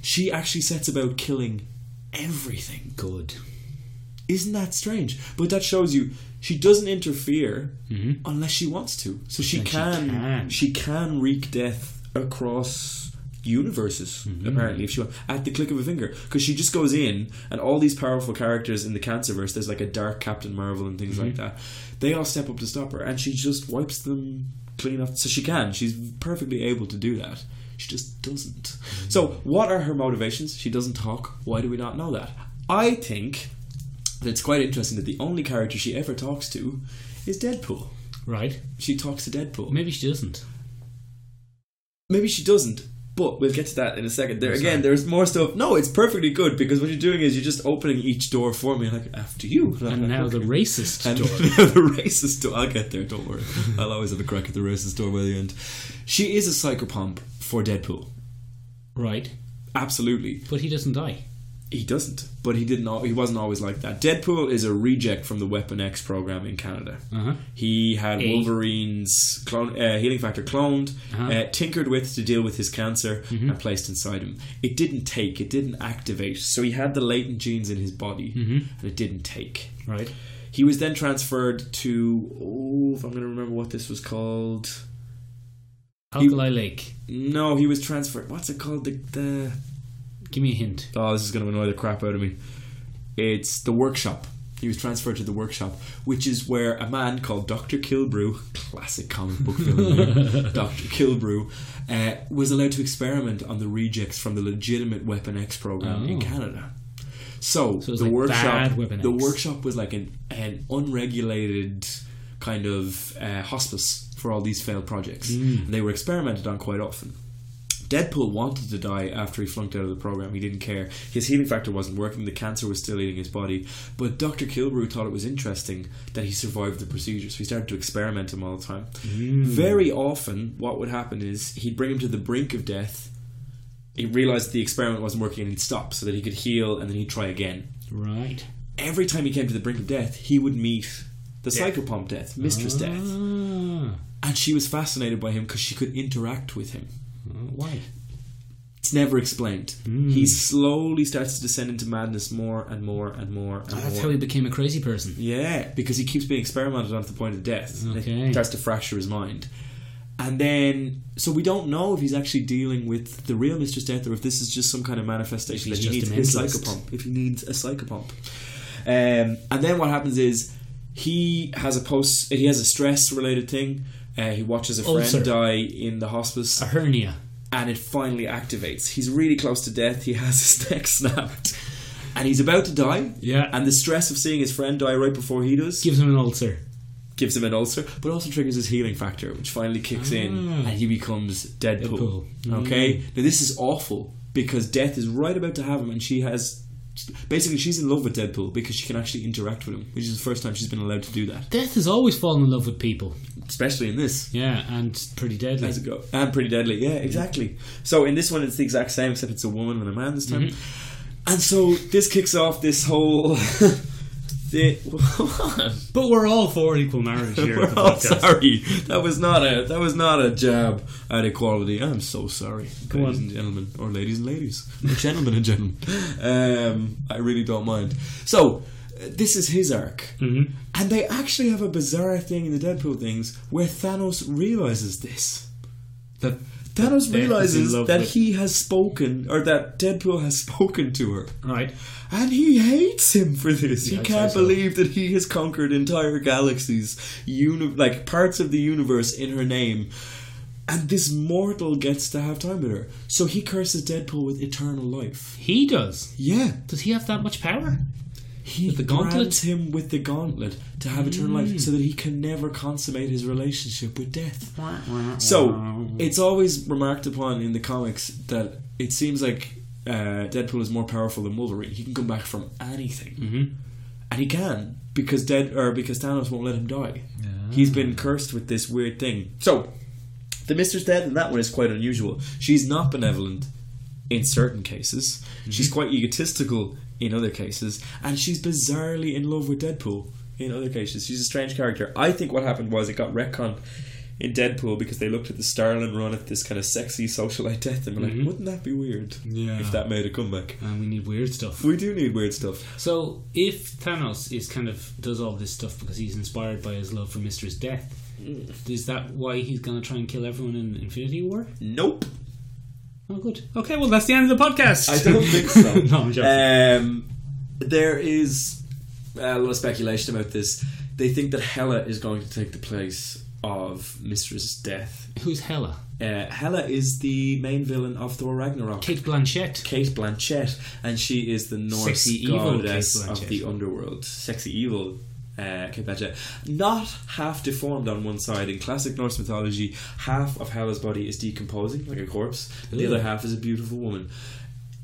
Speaker 2: she actually sets about killing everything.
Speaker 1: Good.
Speaker 2: Isn't that strange? But that shows you she doesn't interfere unless she wants to. So she
Speaker 1: And she
Speaker 2: can,
Speaker 1: can.
Speaker 2: she can wreak death across universes apparently if she wants at the click of a finger because she just goes in and all these powerful characters in the cancerverse there's like a dark captain marvel and things like that they all step up to stop her and she just wipes them clean up so she can she's perfectly able to do that she just doesn't so what are her motivations she doesn't talk why do we not know that i think that it's quite interesting that the only character she ever talks to is deadpool
Speaker 1: Right.
Speaker 2: she talks to deadpool
Speaker 1: Maybe she doesn't.
Speaker 2: Maybe she doesn't, but we'll get to that in a second. There
Speaker 1: I'm
Speaker 2: again,
Speaker 1: sorry.
Speaker 2: there's more stuff. No, it's perfectly good because what you're doing is you're just opening each door for me, like after you. I'm
Speaker 1: And
Speaker 2: like,
Speaker 1: now the
Speaker 2: okay.
Speaker 1: racist
Speaker 2: And
Speaker 1: door.
Speaker 2: the racist door. I'll get there. Don't worry. I'll always have a crack at the racist door by the end. She is a psychopomp for Deadpool.
Speaker 1: Right.
Speaker 2: Absolutely.
Speaker 1: But he doesn't die.
Speaker 2: He doesn't, but he didn't. al- He wasn't always like that. Deadpool is a reject from the Weapon X program in Canada.
Speaker 1: Uh-huh.
Speaker 2: He had
Speaker 1: A.
Speaker 2: Wolverine's clone, uh, healing factor cloned, uh
Speaker 1: Uh-huh.
Speaker 2: tinkered with to deal with his cancer, and placed inside him. It didn't take. It didn't activate. So he had the latent genes in his body, and it didn't take.
Speaker 1: Right.
Speaker 2: He was then transferred to. Oh, if I'm going to remember what this was called.
Speaker 1: Alkali Lake.
Speaker 2: No, he was transferred. What's it called? The, the
Speaker 1: Give me a hint.
Speaker 2: Oh, this is going to annoy the crap out of me. It's the workshop. He was transferred to the workshop, which is where a man called Dr. Kilbrew, classic comic book film, name, Dr. Kilbrew, uh, was allowed to experiment on the rejects from the legitimate Weapon X program in
Speaker 1: Oh.
Speaker 2: Canada. So,
Speaker 1: So
Speaker 2: the
Speaker 1: it's like
Speaker 2: workshop,
Speaker 1: bad Weapon
Speaker 2: the
Speaker 1: X.
Speaker 2: workshop was like an, an unregulated kind of uh, hospice for all these failed projects.
Speaker 1: Mm.
Speaker 2: And they were experimented on quite often. Deadpool wanted to die after he flunked out of the program. He didn't care. His healing factor wasn't working. The cancer was still eating his body. But Dr. Kilbrew thought it was interesting that he survived the procedure, so he started to experiment him all the time. Very often, what would happen is he'd bring him to the brink of death. He realized the experiment wasn't working and he'd stop so that he could heal and then he'd try again.
Speaker 1: Right.
Speaker 2: Every time he came to the brink of death, he would meet the psychopomp death, Mistress Death.
Speaker 1: Ah.
Speaker 2: And she was fascinated by him because she could interact with him.
Speaker 1: Uh, Why?
Speaker 2: It's never explained.
Speaker 1: Hmm.
Speaker 2: He slowly starts to descend into madness more and more and more and
Speaker 1: That's
Speaker 2: more.
Speaker 1: how he became a crazy person.
Speaker 2: yeah, because he keeps being experimented on to the point of death. And It
Speaker 1: Okay.
Speaker 2: starts to fracture his mind. And then, so we don't know if he's actually dealing with the real Mistress Death or if this is just some kind of manifestation
Speaker 1: If he's
Speaker 2: that he needs
Speaker 1: just a
Speaker 2: his
Speaker 1: mentalist.
Speaker 2: psychopomp. If he needs a psychopomp. Um, and then what happens is he has a post, he has a stress related thing. Uh, he watches a friend
Speaker 1: Ulcer.
Speaker 2: die in the hospice
Speaker 1: A hernia.
Speaker 2: and it finally activates. He's really close to death. He has his neck snapped, and he's about to die.
Speaker 1: Yeah.
Speaker 2: And the stress of seeing his friend die right before he does
Speaker 1: Gives him an ulcer.
Speaker 2: gives him an ulcer, but also triggers his healing factor, which finally kicks in,
Speaker 1: Ah.
Speaker 2: and he becomes Deadpool.
Speaker 1: Deadpool. Mm.
Speaker 2: Okay. Now this is awful because death is right about to have him, and she has Basically, she's in love with Deadpool because she can actually interact with him, which is the first time she's been allowed to do that,
Speaker 1: Death has always fallen in love with people.
Speaker 2: especially in this.
Speaker 1: Yeah, and pretty deadly.
Speaker 2: As it go. And pretty deadly. Yeah, exactly. So in this one, it's the exact same, except it's a woman and a man this time.
Speaker 1: Mm-hmm.
Speaker 2: And so this kicks off this whole. thi-
Speaker 1: But we're all for equal marriage here at
Speaker 2: We're
Speaker 1: the
Speaker 2: all
Speaker 1: podcast.
Speaker 2: sorry. That was not a that was not a jab at equality. I'm so sorry,
Speaker 1: Go
Speaker 2: ladies
Speaker 1: on.
Speaker 2: and gentlemen, or ladies and ladies, or gentlemen and gentlemen. Um, I really don't mind. So uh, this is his arc,
Speaker 1: Mhm.
Speaker 2: and they actually have a bizarre thing in the Deadpool things where Thanos realizes this.
Speaker 1: That
Speaker 2: Thanos
Speaker 1: Death is in
Speaker 2: realizes
Speaker 1: love
Speaker 2: that
Speaker 1: with-
Speaker 2: he has spoken, or that Deadpool has spoken to her,
Speaker 1: right.
Speaker 2: and he hates him for this.
Speaker 1: Yeah,
Speaker 2: he
Speaker 1: I'd
Speaker 2: can't
Speaker 1: say so.
Speaker 2: believe that he has conquered entire galaxies, uni- like parts of the universe in her name, and this mortal gets to have time with her. So he curses Deadpool with eternal life.
Speaker 1: He does.
Speaker 2: Yeah,
Speaker 1: Does he have that much power?
Speaker 2: he
Speaker 1: With the
Speaker 2: brands
Speaker 1: gauntlet? Hmm.
Speaker 2: him with the gauntlet to have eternal life, so that he can never consummate his relationship with death. So
Speaker 1: Mm.
Speaker 2: it's always remarked upon in the comics that it seems like uh, Deadpool is more powerful than Wolverine. He can come back from anything,
Speaker 1: Mhm.
Speaker 2: and he can because dead or because Thanos won't let him die.
Speaker 1: Ah.
Speaker 2: He's been cursed with this weird thing. So the Mister's dead, and that one is quite unusual. She's not benevolent in certain cases. She's quite egotistical in other cases, and she's bizarrely in love with Deadpool in other cases. She's a strange character. I think what happened was it got retconned in Deadpool because they looked at the Starlin run at this kind of sexy socialite death and were
Speaker 1: Mhm.
Speaker 2: like, wouldn't that be weird
Speaker 1: Yeah.
Speaker 2: if that made a comeback?
Speaker 1: and we need weird stuff.
Speaker 2: We do need weird stuff.
Speaker 1: So if Thanos is kind of does all this stuff because he's inspired by his love for Mister's death, is that why he's going to try and kill everyone in Infinity War?
Speaker 2: Nope.
Speaker 1: Oh, good. Okay, well that's the end of the podcast.
Speaker 2: I don't think so.
Speaker 1: no, I'm joking.
Speaker 2: Um, there is uh, a lot of speculation about this. They think that Hela is going to take the place of Mistress Death.
Speaker 1: Who's Hela?
Speaker 2: Uh, Hela is the main villain of Thor Ragnarok.
Speaker 1: Kate Blanchett.
Speaker 2: Kate Blanchett, and she is the Norse
Speaker 1: Sexy evil
Speaker 2: goddess
Speaker 1: Kate Blanchett.
Speaker 2: of the underworld. Sexy evil. Uh, Kate Blanchett, not half deformed on one side. In classic Norse mythology, half of Hela's body is decomposing like a corpse, and the
Speaker 1: Ooh.
Speaker 2: other half is a beautiful woman.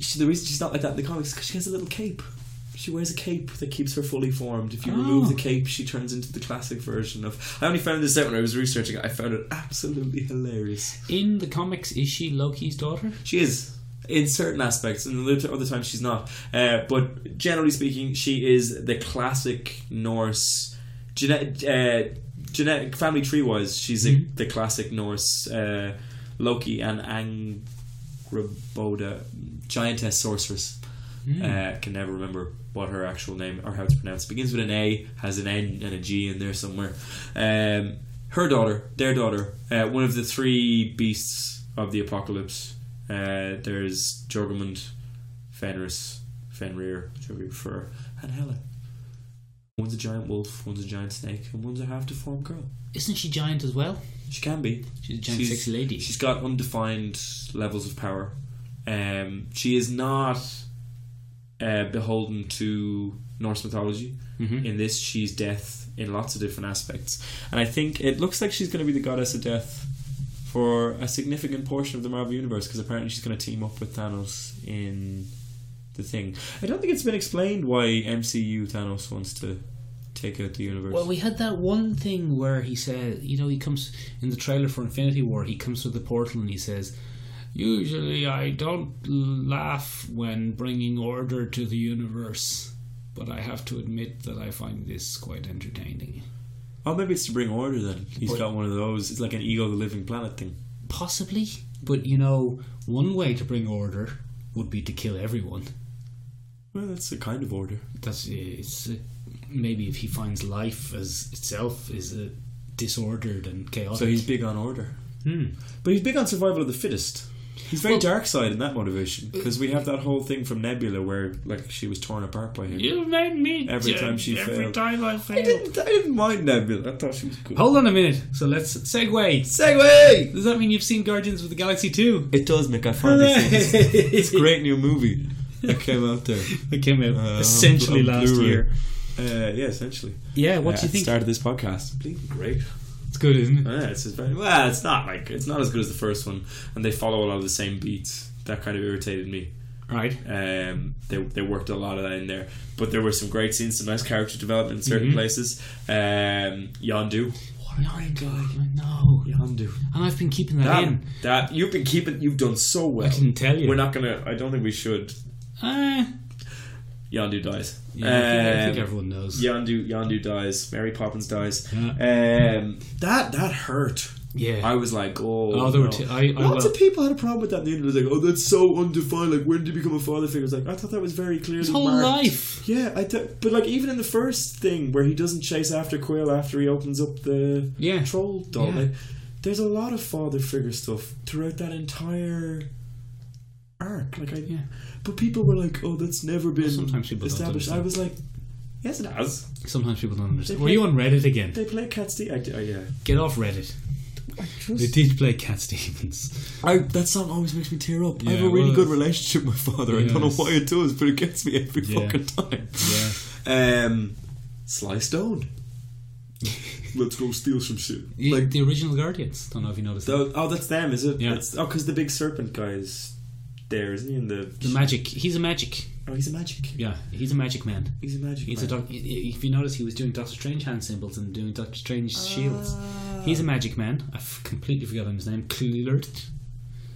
Speaker 2: She, the reason she's not like that in the comics is because she has a little cape. She wears a cape that keeps her fully formed. If you remove
Speaker 1: Oh.
Speaker 2: the cape, she turns into the classic version of. I only found this out when I was researching it. I found it absolutely hilarious.
Speaker 1: In the comics, is she Loki's daughter?
Speaker 2: She is in certain aspects, and other other times she's not. Uh, but generally speaking, she is the classic Norse genetic uh, genetic family tree wise. She's a, the classic Norse uh, Loki and Angraboda giantess sorceress.
Speaker 1: Hmm.
Speaker 2: Uh, can never remember what her actual name or how it's pronounced. Begins with an A, has an N and a G in there somewhere. Um, her daughter, their daughter, uh, one of the three beasts of the apocalypse. Uh, there's Jorgemund, Fenris, Fenrir, whichever you prefer, and Hela. One's a giant wolf, one's a giant snake, and one's a half deformed girl.
Speaker 1: Isn't she giant as well?
Speaker 2: She can be.
Speaker 1: She's a giant
Speaker 2: She's-
Speaker 1: sexy lady.
Speaker 2: She's got undefined levels of power. Um, she is not uh, beholden to Norse mythology.
Speaker 1: Mhm.
Speaker 2: In this, she's death in lots of different aspects, and I think it looks like she's going to be the goddess of death for a significant portion of the Marvel universe because apparently she's going to team up with Thanos in the thing. I don't think it's been explained why MCU Thanos wants to take out the universe.
Speaker 1: Well, we had that one thing where he said, you know, he comes in the trailer for Infinity War. He comes to the portal and he says, "Usually, I don't laugh when bringing order to the universe, but I have to admit that I find this quite entertaining."
Speaker 2: oh, maybe it's to bring order then. He's
Speaker 1: But-
Speaker 2: got one of those. It's like an ego, the living planet thing.
Speaker 1: Possibly, but you know, one way to bring order would be to kill everyone.
Speaker 2: Well, that's a kind of order.
Speaker 1: That's it's uh, maybe if he finds life as itself is uh, disordered and chaotic.
Speaker 2: So he's big on order.
Speaker 1: Hmm.
Speaker 2: But he's big on survival of the fittest. He's very
Speaker 1: Well-
Speaker 2: dark side in that motivation because we have that whole thing from Nebula where like she was torn apart by him.
Speaker 1: You made me
Speaker 2: Every time she
Speaker 1: every
Speaker 2: failed.
Speaker 1: time I failed.
Speaker 2: I didn't. I didn't mind Nebula. I thought she was good.
Speaker 1: Hold on a minute. So let's segue.
Speaker 2: Segway.
Speaker 1: Does that mean you've seen Guardians of the Galaxy 2?
Speaker 2: It does make a
Speaker 1: it's
Speaker 2: Great new movie that came out there.
Speaker 1: It came out
Speaker 2: Uh,
Speaker 1: essentially
Speaker 2: on
Speaker 1: last
Speaker 2: Blu-ray.
Speaker 1: year.
Speaker 2: Uh, yeah, essentially.
Speaker 1: Yeah, what do you
Speaker 2: Uh, at the
Speaker 1: think?
Speaker 2: Start of this podcast. Bleeding great.
Speaker 1: It's good, isn't it?
Speaker 2: Yeah, it's just very well. It's not like it's not as good as the first one, and they follow a lot of the same beats. That kind of irritated me.
Speaker 1: Right.
Speaker 2: Um, they, they worked a lot of that in there, but there were some great scenes, some nice character development in certain
Speaker 1: Mhm.
Speaker 2: places. Um, Yondu,
Speaker 1: What a guy. No.
Speaker 2: Yondu,
Speaker 1: And I've been keeping that,
Speaker 2: that,
Speaker 1: in.
Speaker 2: that you've been keeping, you've done so
Speaker 1: I
Speaker 2: well.
Speaker 1: can tell you.
Speaker 2: We're not gonna. I don't think we should.
Speaker 1: Eh,
Speaker 2: Yondu dies.
Speaker 1: yeah, I, think, I
Speaker 2: Um,
Speaker 1: think everyone knows.
Speaker 2: Yondu Yondu dies. Mary Poppins dies. Um, that that hurt.
Speaker 1: Yeah.
Speaker 2: I was like, oh,
Speaker 1: Oh, there were
Speaker 2: no.
Speaker 1: two- I- I
Speaker 2: lots
Speaker 1: will-
Speaker 2: of people had a problem with that. And it was like, oh, that's so undefined. Like, when did you become a father figure? It's like, I thought that was very clearly
Speaker 1: His whole
Speaker 2: marked.
Speaker 1: life.
Speaker 2: Yeah, I thought, but like even in the first thing where he doesn't chase after Quill after he opens up the
Speaker 1: Yeah.
Speaker 2: troll doll,
Speaker 1: Yeah.
Speaker 2: like, there's a lot of father figure stuff throughout that entire arc. Like, I,
Speaker 1: Yeah.
Speaker 2: but people were like, oh, that's never been
Speaker 1: Sometimes people don't
Speaker 2: established. I
Speaker 1: understand.
Speaker 2: was like, yes, it has.
Speaker 1: Sometimes people don't understand.
Speaker 2: They
Speaker 1: Were
Speaker 2: play-
Speaker 1: you on Reddit again?
Speaker 2: They play Cat Stevens. I, I, yeah.
Speaker 1: Get off Reddit. They did play Cat Stevens.
Speaker 2: I, that song always makes me tear up. I have
Speaker 1: Yeah,
Speaker 2: a really
Speaker 1: well-
Speaker 2: good relationship with my father. I don't know
Speaker 1: Yes.
Speaker 2: why it does, but it gets me every
Speaker 1: Yeah.
Speaker 2: fucking time.
Speaker 1: Yeah.
Speaker 2: Um, Sly Stone. Let's go steal some shit.
Speaker 1: You-
Speaker 2: Like,
Speaker 1: the original Guardians. Don't know if you noticed that.
Speaker 2: tho- oh, that's them, is it?
Speaker 1: Yeah.
Speaker 2: That's, oh, because the big serpent guy is there, isn't he? In the,
Speaker 1: The magic. He's a magic.
Speaker 2: oh, he's a magic.
Speaker 1: Yeah, he's a magic man.
Speaker 2: He's a magic.
Speaker 1: He's
Speaker 2: man.
Speaker 1: a doc- i- i- if you notice, he was doing Doctor Strange hand symbols and doing Doctor Strange
Speaker 2: Ah.
Speaker 1: shields.
Speaker 2: Uh,
Speaker 1: He's a magic man. I've completely forgotten his name. Clulert,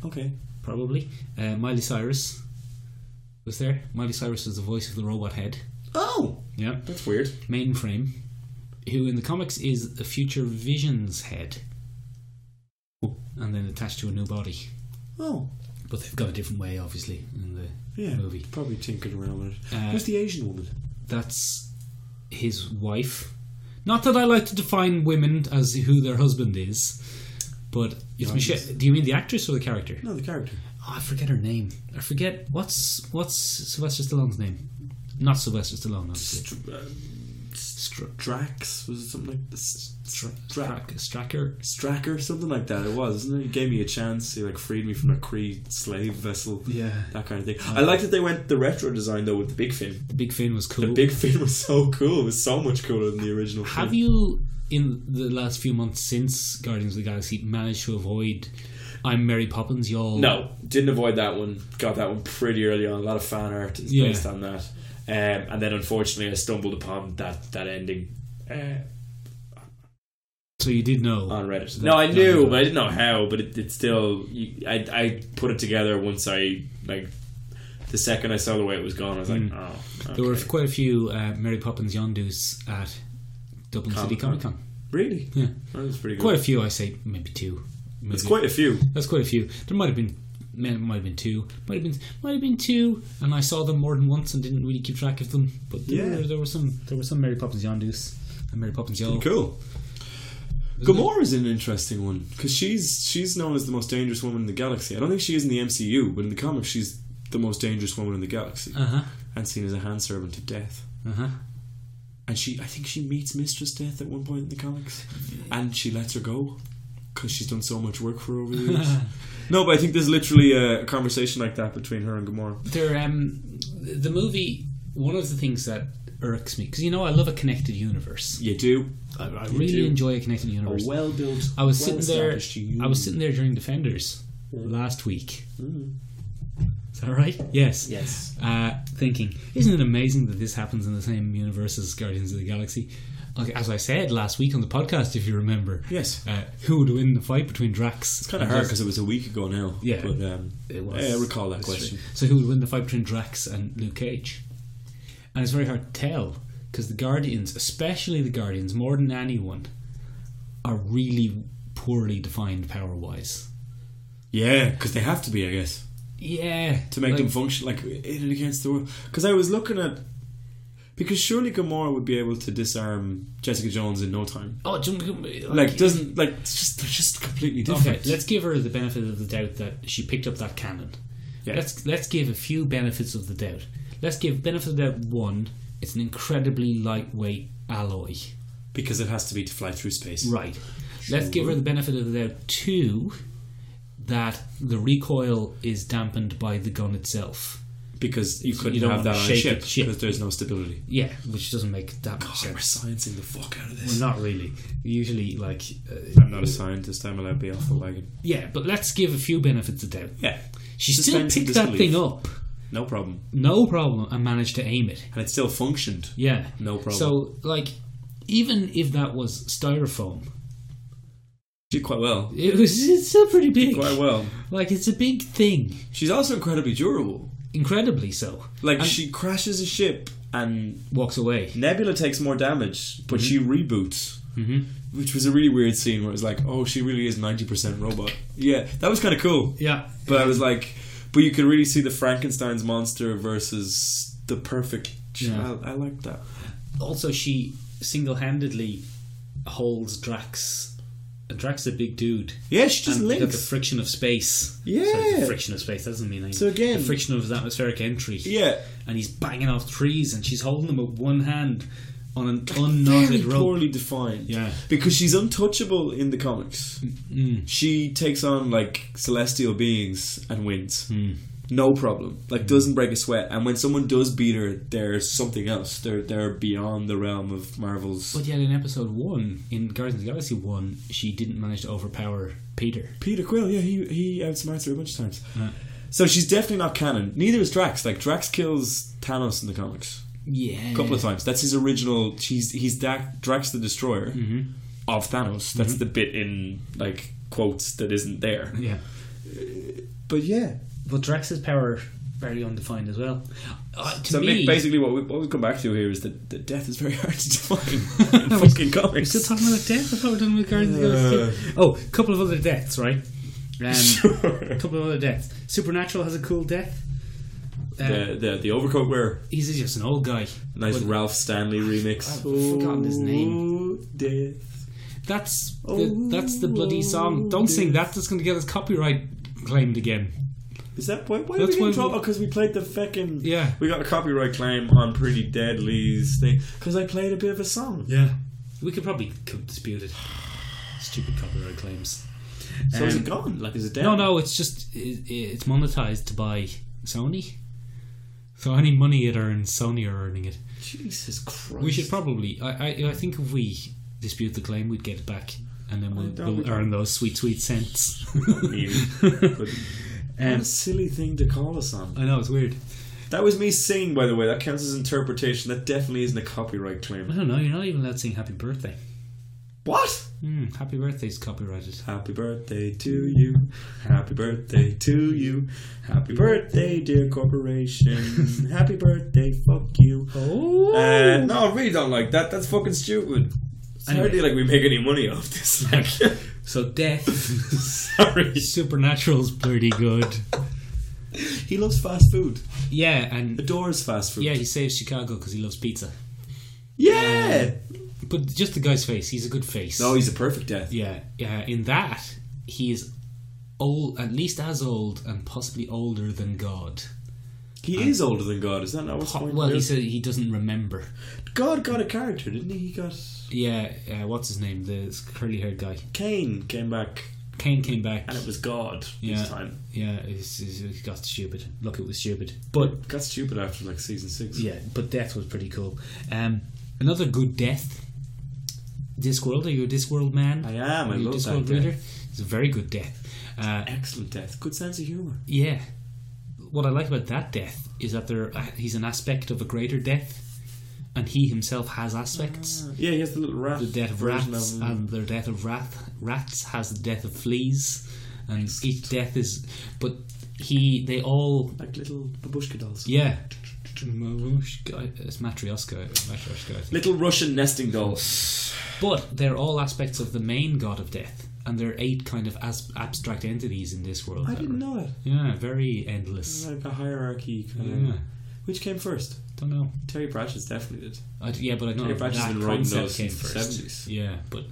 Speaker 2: Okay.
Speaker 1: probably. Uh, Miley Cyrus was there. Miley Cyrus was the voice of the robot head.
Speaker 2: Oh,
Speaker 1: Yeah.
Speaker 2: that's weird.
Speaker 1: Mainframe, who in the comics is the future Vision's head, and then attached to a new body.
Speaker 2: Oh,
Speaker 1: But they've got a different way, obviously, in the
Speaker 2: yeah.
Speaker 1: movie.
Speaker 2: Probably tinkering around with it.
Speaker 1: Uh,
Speaker 2: Who's the Asian woman?
Speaker 1: that's his wife. Not that I like to define women as who their husband is, but it's
Speaker 2: Yeah,
Speaker 1: Michelle.
Speaker 2: yes.
Speaker 1: Do you mean the actress or the character?
Speaker 2: No, the character.
Speaker 1: Oh, I forget her name. I forget what's what's Sylvester Stallone's name. Not Sylvester Stallone, obviously.
Speaker 2: Str- uh,
Speaker 1: Str-
Speaker 2: Drax was it something like this? Str- Drax.
Speaker 1: Strack- Stracker.
Speaker 2: Stracker, something like that. It was, isn't it? He gave me a chance. He like freed me from a Cree slave vessel.
Speaker 1: Yeah.
Speaker 2: That kind of thing. I like that they went the retro design though with the big fin.
Speaker 1: The big fin was
Speaker 2: The
Speaker 1: cool.
Speaker 2: big fin was so cool. It was so much cooler than the original.
Speaker 1: Have
Speaker 2: fin.
Speaker 1: you, in the last few months since Guardians of the Galaxy, managed to avoid "I'm Mary Poppins"? Y'all,
Speaker 2: No, didn't avoid that one. Got that one pretty early on. A lot of fan art is
Speaker 1: Yeah.
Speaker 2: based on that. Um, and then unfortunately, I stumbled upon that that ending. Uh,
Speaker 1: So you did know
Speaker 2: on Reddit.
Speaker 1: That-
Speaker 2: No, I
Speaker 1: that-
Speaker 2: knew, but I didn't know how. But it, it still, you, I, I put it together once I like the second I saw the way it was gone. I was like, oh,
Speaker 1: Mm. There were
Speaker 2: okay.
Speaker 1: quite a few uh, Mary Poppins Yondus at Dublin City
Speaker 2: Comic-Con.
Speaker 1: Comic Con.
Speaker 2: really?
Speaker 1: Yeah,
Speaker 2: That was pretty good.
Speaker 1: quite a few. I say maybe two. Maybe.
Speaker 2: it's quite a few.
Speaker 1: That's quite a few. There might have been. may- Might have been two, might have been might have been two, and I saw them more than once and didn't really keep track of them. But there,
Speaker 2: Yeah.
Speaker 1: were, there were some there were some Mary Poppins Yondus and Mary Poppins Yellow.
Speaker 2: Cool. Gamora is an interesting one because she's she's known as the most dangerous woman in the galaxy. I don't think she is in the MCU, but in the comics, she's the most dangerous woman in the galaxy
Speaker 1: Uh huh.
Speaker 2: and seen as a hand servant to death.
Speaker 1: Uh huh.
Speaker 2: And she, I think she meets Mistress Death at one point in the comics, and she lets her go because she's done so much work for her over the years. no, but I think there's literally a conversation like that between her and Gamora.
Speaker 1: There, um, the movie. One of the things that irks me because you know I love a connected universe.
Speaker 2: You do
Speaker 1: I, I
Speaker 2: You
Speaker 1: really
Speaker 2: do.
Speaker 1: enjoy a connected
Speaker 2: a
Speaker 1: universe.
Speaker 2: well-built.
Speaker 1: I was sitting there.
Speaker 2: well-established union.
Speaker 1: I was sitting there during Defenders last week. Is that right? Yes.
Speaker 2: Yes.
Speaker 1: Uh, thinking, isn't it amazing that this happens in the same universe as Guardians of the Galaxy? Like, as I said last week on the podcast, if you remember,
Speaker 2: Yes.
Speaker 1: uh, who would win the fight between Drax?
Speaker 2: It's kind of hard because it was a week ago now.
Speaker 1: Yeah.
Speaker 2: But um,
Speaker 1: It was.
Speaker 2: Yeah, I recall that
Speaker 1: It's
Speaker 2: question.
Speaker 1: true. So who would win the fight between Drax and Luke Cage? And it's very hard to tell because the Guardians, especially the Guardians, more than anyone, are really poorly defined power wise.
Speaker 2: Yeah, because they have to be, I guess,
Speaker 1: Yeah,
Speaker 2: to make
Speaker 1: like,
Speaker 2: them function like in and against the world. Because I was looking at. Because surely Gamora would be able to disarm Jessica Jones in no time.
Speaker 1: Oh, do you want me to go-
Speaker 2: Like, doesn't like it's just they're just completely
Speaker 1: okay.
Speaker 2: different.
Speaker 1: Let's give her the benefit of the doubt that she picked up that cannon.
Speaker 2: Yeah.
Speaker 1: Let's let's give a few benefits of the doubt. Let's give benefit of the doubt one. It's an incredibly lightweight alloy.
Speaker 2: because it has to be to fly through space.
Speaker 1: Right. Let's give her the benefit of the doubt too that the recoil is dampened by the gun itself.
Speaker 2: Because you couldn't
Speaker 1: don't
Speaker 2: have
Speaker 1: wanna
Speaker 2: that on a
Speaker 1: shake
Speaker 2: ship
Speaker 1: it, shit.
Speaker 2: because there's no stability.
Speaker 1: Yeah, which doesn't make that much
Speaker 2: God, we're
Speaker 1: sense.
Speaker 2: sciencing the fuck out of
Speaker 1: Well,
Speaker 2: this.
Speaker 1: not really. Usually, like, uh,
Speaker 2: I'm not a scientist. I'm allowed to be off the wagon.
Speaker 1: yeah. But let's give a few benefits of doubt.
Speaker 2: Yeah,
Speaker 1: She
Speaker 2: Suspension
Speaker 1: still picked that
Speaker 2: disbelief.
Speaker 1: thing up.
Speaker 2: No problem.
Speaker 1: no problem, and managed to aim it.
Speaker 2: And it still functioned.
Speaker 1: Yeah.
Speaker 2: No problem.
Speaker 1: So, like, even if that was styrofoam,
Speaker 2: Did quite well.
Speaker 1: it was it's still pretty big.
Speaker 2: Quite well.
Speaker 1: Like, it's a big thing,
Speaker 2: She's also incredibly durable.
Speaker 1: incredibly so.
Speaker 2: Like
Speaker 1: And-
Speaker 2: she crashes a ship and
Speaker 1: Walks away.
Speaker 2: Nebula takes more damage,
Speaker 1: Mm-hmm.
Speaker 2: but she reboots.
Speaker 1: Mhm.
Speaker 2: Which was a really weird scene where it was like, oh, she really is 90% robot. Yeah, that was kind of cool.
Speaker 1: Yeah.
Speaker 2: But I was like, but you could really see the Frankenstein's monster versus the perfect child. I like that.
Speaker 1: Also, she single-handedly holds Drax. And Drax is a big dude.
Speaker 2: Yeah, she just
Speaker 1: and you got the
Speaker 2: links.
Speaker 1: friction of space.
Speaker 2: Yeah.
Speaker 1: Sorry, the friction of space doesn't mean anything.
Speaker 2: So again-
Speaker 1: the friction of his atmospheric entry.
Speaker 2: yeah.
Speaker 1: and he's banging off trees, and she's holding him with one hand on an unknotted
Speaker 2: Very
Speaker 1: rope.
Speaker 2: poorly defined.
Speaker 1: Yeah.
Speaker 2: Because she's untouchable in the comics.
Speaker 1: Mm.
Speaker 2: She takes on like celestial beings and wins.
Speaker 1: Mm.
Speaker 2: no problem.
Speaker 1: Mm-hmm.
Speaker 2: Like doesn't break a sweat. And when someone does beat her, they're something else. They're they're beyond the realm of Marvel's.
Speaker 1: But yet, in episode one, in Guardians of the Galaxy one, she didn't manage to overpower Peter.
Speaker 2: Peter Quill, yeah, he he outsmarts her a bunch of times.
Speaker 1: Yeah.
Speaker 2: So she's definitely not canon. Neither is Drax. Like Drax kills Thanos in the comics
Speaker 1: Yeah,
Speaker 2: a couple of times. That's his original. He's he's Dak, Drax the Destroyer
Speaker 1: Mm-hmm.
Speaker 2: of Thanos. That's the bit in like quotes that isn't there.
Speaker 1: Yeah,
Speaker 2: But yeah,
Speaker 1: but Drax's power barely undefined as well. Uh, to
Speaker 2: so
Speaker 1: me,
Speaker 2: Nick, basically what we what we come back to here is that, that death is very hard to define in fucking
Speaker 1: we're
Speaker 2: comics.
Speaker 1: still talking about death. I thought we were done with Guardians of the Galaxy.
Speaker 2: Uh.
Speaker 1: Oh, a couple of other deaths, right? Um,
Speaker 2: Sure.
Speaker 1: a couple of other deaths. Supernatural has a cool death. Uh,
Speaker 2: the, the the overcoat wear.
Speaker 1: He's just an old guy.
Speaker 2: Nice
Speaker 1: But
Speaker 2: Ralph Stanley remix.
Speaker 1: I've forgotten his name.
Speaker 2: Oh, death.
Speaker 1: That's the, that's the bloody song. Don't sing that. That's going to get us copyright claimed again.
Speaker 2: Is that why? Why
Speaker 1: That's
Speaker 2: did we get in
Speaker 1: why we-
Speaker 2: trouble? Because we played the fucking
Speaker 1: Yeah.
Speaker 2: We got a copyright claim on Pretty Deadly's thing because I played a bit of a song.
Speaker 1: Yeah, we could probably co- dispute it. Stupid copyright claims.
Speaker 2: So is
Speaker 1: Um,
Speaker 2: it gone? Like is it dead?
Speaker 1: No, no, it's just it, it's monetized to buy Sony. So any money it earns, Sony are earning it.
Speaker 2: Jesus Christ.
Speaker 1: We should probably. I I, I think if we dispute the claim, we'd get it back, and then we'll,
Speaker 2: don't we
Speaker 1: we'll
Speaker 2: don't.
Speaker 1: earn those sweet sweet cents.
Speaker 2: But what
Speaker 1: um,
Speaker 2: a silly thing to call us on.
Speaker 1: I know it's weird.
Speaker 2: That was me singing, by the way. That counts as interpretation. That definitely isn't a copyright
Speaker 1: I
Speaker 2: claim.
Speaker 1: don't know. You're not even allowed to sing "Happy Birthday."
Speaker 2: What?
Speaker 1: Hmm, "Happy Birthday's copyrighted.
Speaker 2: Happy birthday to you. Happy birthday to you. Happy birthday, dear corporation. Happy birthday, fuck you.
Speaker 1: Oh.
Speaker 2: Uh, no, I really don't like that. That's fucking stupid. It's
Speaker 1: Anyway.
Speaker 2: hardly like we make any money off this. Like,
Speaker 1: So death,
Speaker 2: sorry.
Speaker 1: supernatural's pretty good.
Speaker 2: He loves fast food.
Speaker 1: Yeah, and
Speaker 2: Adores fast food.
Speaker 1: yeah, he saves Chicago because he loves pizza.
Speaker 2: Yeah.
Speaker 1: But just the guy's face, he's a good face.
Speaker 2: No, he's a perfect death.
Speaker 1: yeah, yeah. In that, he is old, at least as old, and possibly older than God.
Speaker 2: He is older than God. Is that not what's
Speaker 1: Po-
Speaker 2: going
Speaker 1: well,
Speaker 2: on?
Speaker 1: he said he doesn't remember.
Speaker 2: God got a character, didn't he? He got
Speaker 1: Yeah, uh, what's his name? The curly-haired guy.
Speaker 2: Cain came back,
Speaker 1: Kane came back.
Speaker 2: and it was God
Speaker 1: Yeah.
Speaker 2: this time.
Speaker 1: Yeah, it's, it's, it got stupid. Look, it was stupid. But
Speaker 2: Got stupid after like season six.
Speaker 1: Yeah, but death was pretty cool. Um, another good death. Discworld, are you a Discworld man?
Speaker 2: I am. I
Speaker 1: Are you
Speaker 2: love
Speaker 1: a
Speaker 2: that
Speaker 1: Discworld
Speaker 2: death.
Speaker 1: reader? It's a very good death. Uh,
Speaker 2: Excellent death. Good sense of humor.
Speaker 1: yeah, what I like about that death is that there uh, he's an aspect of a greater death, and he himself has aspects.
Speaker 2: Yeah, he has the little rat.
Speaker 1: Ah. The death of
Speaker 2: version
Speaker 1: rats
Speaker 2: of him.
Speaker 1: and their death of rat rats has the death of fleas, and each death is. But he, they all
Speaker 2: like little babushka dolls.
Speaker 1: yeah. It's Matryoshka, Matryoshka, I think.
Speaker 2: Little Russian nesting dolls.
Speaker 1: But they're all aspects of the main god of death, and there are eight kind of as- abstract entities in this world.
Speaker 2: I
Speaker 1: that
Speaker 2: didn't
Speaker 1: were-
Speaker 2: know it.
Speaker 1: Yeah, very
Speaker 2: It's
Speaker 1: endless.
Speaker 2: like a hierarchy kind of.
Speaker 1: Yeah,
Speaker 2: Which came first?
Speaker 1: don't know.
Speaker 2: Terry Pratchett's definitely did.
Speaker 1: I d yeah, but I don't know
Speaker 2: Terry
Speaker 1: if
Speaker 2: Pratchett's
Speaker 1: that
Speaker 2: been writing
Speaker 1: concept
Speaker 2: those
Speaker 1: came
Speaker 2: since the
Speaker 1: first.
Speaker 2: seventies.
Speaker 1: Yeah, but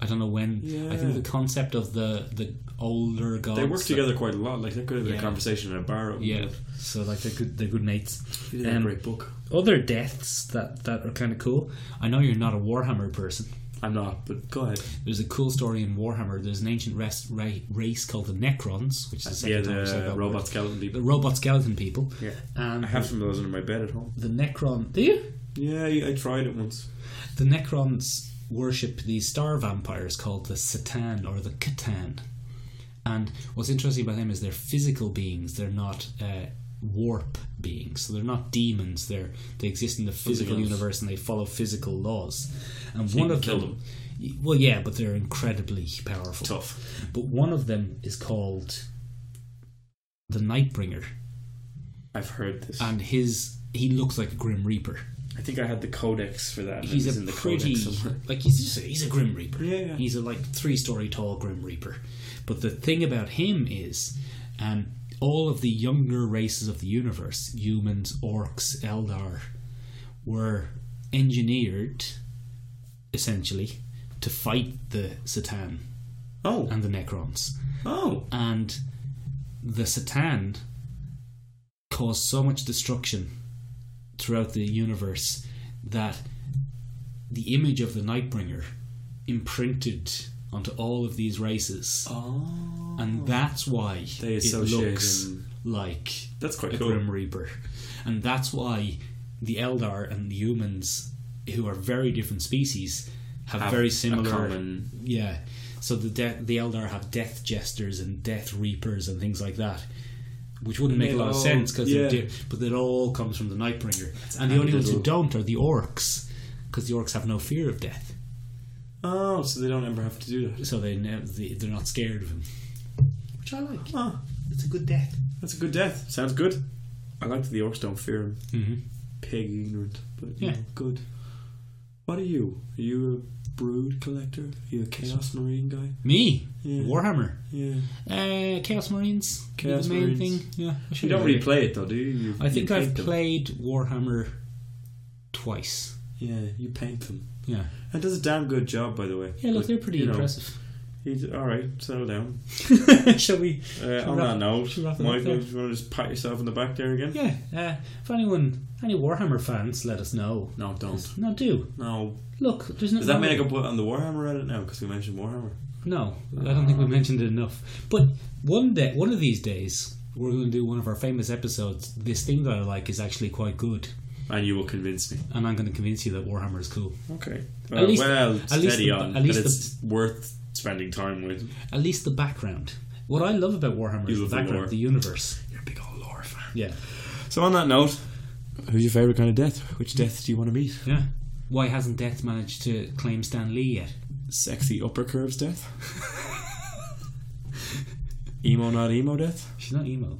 Speaker 1: I don't know when. I
Speaker 2: Yeah.
Speaker 1: think the concept of the the older gods.
Speaker 2: They worked
Speaker 1: that-
Speaker 2: together quite a lot. Like that could have been
Speaker 1: Oh, Yeah.
Speaker 2: a conversation in a bar. at one
Speaker 1: Yeah,
Speaker 2: point.
Speaker 1: so like they're good, they're good mates.
Speaker 2: They did a
Speaker 1: Um,
Speaker 2: Mm-hmm. great book.
Speaker 1: Other deaths that that are kind of cool. I know you're not a Warhammer person.
Speaker 2: I'm not, but go ahead.
Speaker 1: There's a cool story in Warhammer. There's an ancient res- ra- race called the Necrons, which is the second
Speaker 2: Uh, Yeah,
Speaker 1: time I said
Speaker 2: the
Speaker 1: that word.
Speaker 2: robot skeleton
Speaker 1: the
Speaker 2: people.
Speaker 1: robot skeleton people.
Speaker 2: Yeah.
Speaker 1: And
Speaker 2: I have some of those under my bed at home.
Speaker 1: the Necron. Do you?
Speaker 2: Yeah, I tried it once.
Speaker 1: The Necrons worship these star vampires called the Satan or the Catan. And what's interesting about them is they're physical beings. They're not uh, warp beings. So they're not demons. They're they exist in the physical
Speaker 2: Physical.
Speaker 1: universe and they follow physical laws. And
Speaker 2: you
Speaker 1: one
Speaker 2: can
Speaker 1: of
Speaker 2: kill
Speaker 1: them, well, yeah, but they're incredibly powerful.
Speaker 2: Tough.
Speaker 1: But one of them is called the Nightbringer,
Speaker 2: I've heard this.
Speaker 1: and his he looks like a Grim Reaper.
Speaker 2: I think I had the codex for that. and
Speaker 1: He's
Speaker 2: it's
Speaker 1: a
Speaker 2: in the
Speaker 1: pretty
Speaker 2: codex somewhere.
Speaker 1: like he's just a, he's a Grim Reaper.
Speaker 2: Yeah, yeah.
Speaker 1: He's a like three story tall Grim Reaper. But the thing about him is, um, all of the younger races of the universe, humans, orcs, Eldar, were engineered essentially to fight the Satan
Speaker 2: Oh,
Speaker 1: and the Necrons.
Speaker 2: oh,
Speaker 1: and the Satan caused so much destruction throughout the universe that the image of the Nightbringer imprinted onto all of these races,
Speaker 2: oh.
Speaker 1: and that's why
Speaker 2: They
Speaker 1: it
Speaker 2: associate
Speaker 1: looks
Speaker 2: him-
Speaker 1: like
Speaker 2: That's quite
Speaker 1: a
Speaker 2: cool.
Speaker 1: Grim Reaper, and that's why the Eldar and the humans, who are very different species, have,
Speaker 2: Have
Speaker 1: very
Speaker 2: a
Speaker 1: similar
Speaker 2: common-
Speaker 1: yeah. So the de- the Eldar have death jesters and death reapers and things like that, which wouldn't make a
Speaker 2: They
Speaker 1: lot of
Speaker 2: all-
Speaker 1: sense because
Speaker 2: yeah.
Speaker 1: di- but it all comes from the Nightbringer, and the
Speaker 2: handy
Speaker 1: only ones who
Speaker 2: little-
Speaker 1: don't are the orcs, because the orcs have no fear of death,
Speaker 2: Oh, so they don't ever have to do that.
Speaker 1: so they ne- they- they're not scared of him, which I like.
Speaker 2: Ah,
Speaker 1: It's a good death.
Speaker 2: that's a good death. Sounds good. I like that the orcs don't fear him.
Speaker 1: hmm
Speaker 2: Pig ignorant, but you
Speaker 1: Yeah.
Speaker 2: know, good. What are you? Are you a brood collector? Are you a chaos marine guy?
Speaker 1: Me,
Speaker 2: Yeah.
Speaker 1: Warhammer,
Speaker 2: Yeah.
Speaker 1: uh, Chaos Marines, be
Speaker 2: Chaos
Speaker 1: the main
Speaker 2: Marines.
Speaker 1: thing. Yeah, I
Speaker 2: You
Speaker 1: should
Speaker 2: don't
Speaker 1: have
Speaker 2: really
Speaker 1: it.
Speaker 2: play it though, do you? you
Speaker 1: I think
Speaker 2: you
Speaker 1: I've
Speaker 2: paint them.
Speaker 1: played Warhammer twice.
Speaker 2: Yeah, you paint them.
Speaker 1: Yeah,
Speaker 2: And does a damn good job, by the way.
Speaker 1: yeah. Look,
Speaker 2: But,
Speaker 1: they're pretty
Speaker 2: you know,
Speaker 1: impressive.
Speaker 2: he's- all right, settle down.
Speaker 1: Shall we?
Speaker 2: Uh,
Speaker 1: Should we
Speaker 2: on that
Speaker 1: wrap-
Speaker 2: note,
Speaker 1: should we wrap it up
Speaker 2: Michael,
Speaker 1: there?
Speaker 2: do you want to just pat yourself on the back there again?
Speaker 1: Yeah. Uh, if anyone, any Warhammer fans, let us know.
Speaker 2: No, don't.
Speaker 1: No, do
Speaker 2: No.
Speaker 1: look. There's no.
Speaker 2: Does that mean I can put on the Warhammer Reddit now? Because we mentioned Warhammer.
Speaker 1: No, I don't think we mentioned it enough. But one day, one of these days, we're going to do one of our famous episodes. This thing that I like is actually quite good,
Speaker 2: And you will convince me.
Speaker 1: and I'm going to convince you that Warhammer is cool.
Speaker 2: Okay.
Speaker 1: At
Speaker 2: Uh,
Speaker 1: least-
Speaker 2: well,
Speaker 1: at
Speaker 2: steady
Speaker 1: least the-
Speaker 2: on.
Speaker 1: at least
Speaker 2: that it's worth spending time with.
Speaker 1: At least the background. What I love about Warhammer
Speaker 2: You
Speaker 1: is the
Speaker 2: love the
Speaker 1: background,
Speaker 2: lore.
Speaker 1: the universe.
Speaker 2: You're a big old lore fan.
Speaker 1: Yeah,
Speaker 2: So on that note, who's your favourite kind of death? Which death do you want to meet?
Speaker 1: yeah. Why hasn't Death managed to claim Stan Lee yet?
Speaker 2: Sexy upper curves death? emo not emo death?
Speaker 1: She's not emo.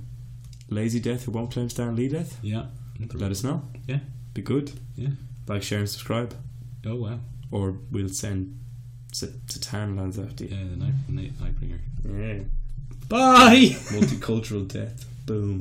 Speaker 2: Lazy death who won't claim Stan Lee death?
Speaker 1: Yeah.
Speaker 2: Let us know.
Speaker 1: Yeah.
Speaker 2: Be good.
Speaker 1: Yeah.
Speaker 2: Like, share and subscribe.
Speaker 1: Oh wow.
Speaker 2: Or we'll send Satan lands after you.
Speaker 1: Yeah, the night, night, Nightbringer.
Speaker 2: Yeah.
Speaker 1: Bye.
Speaker 2: Multicultural death. Boom.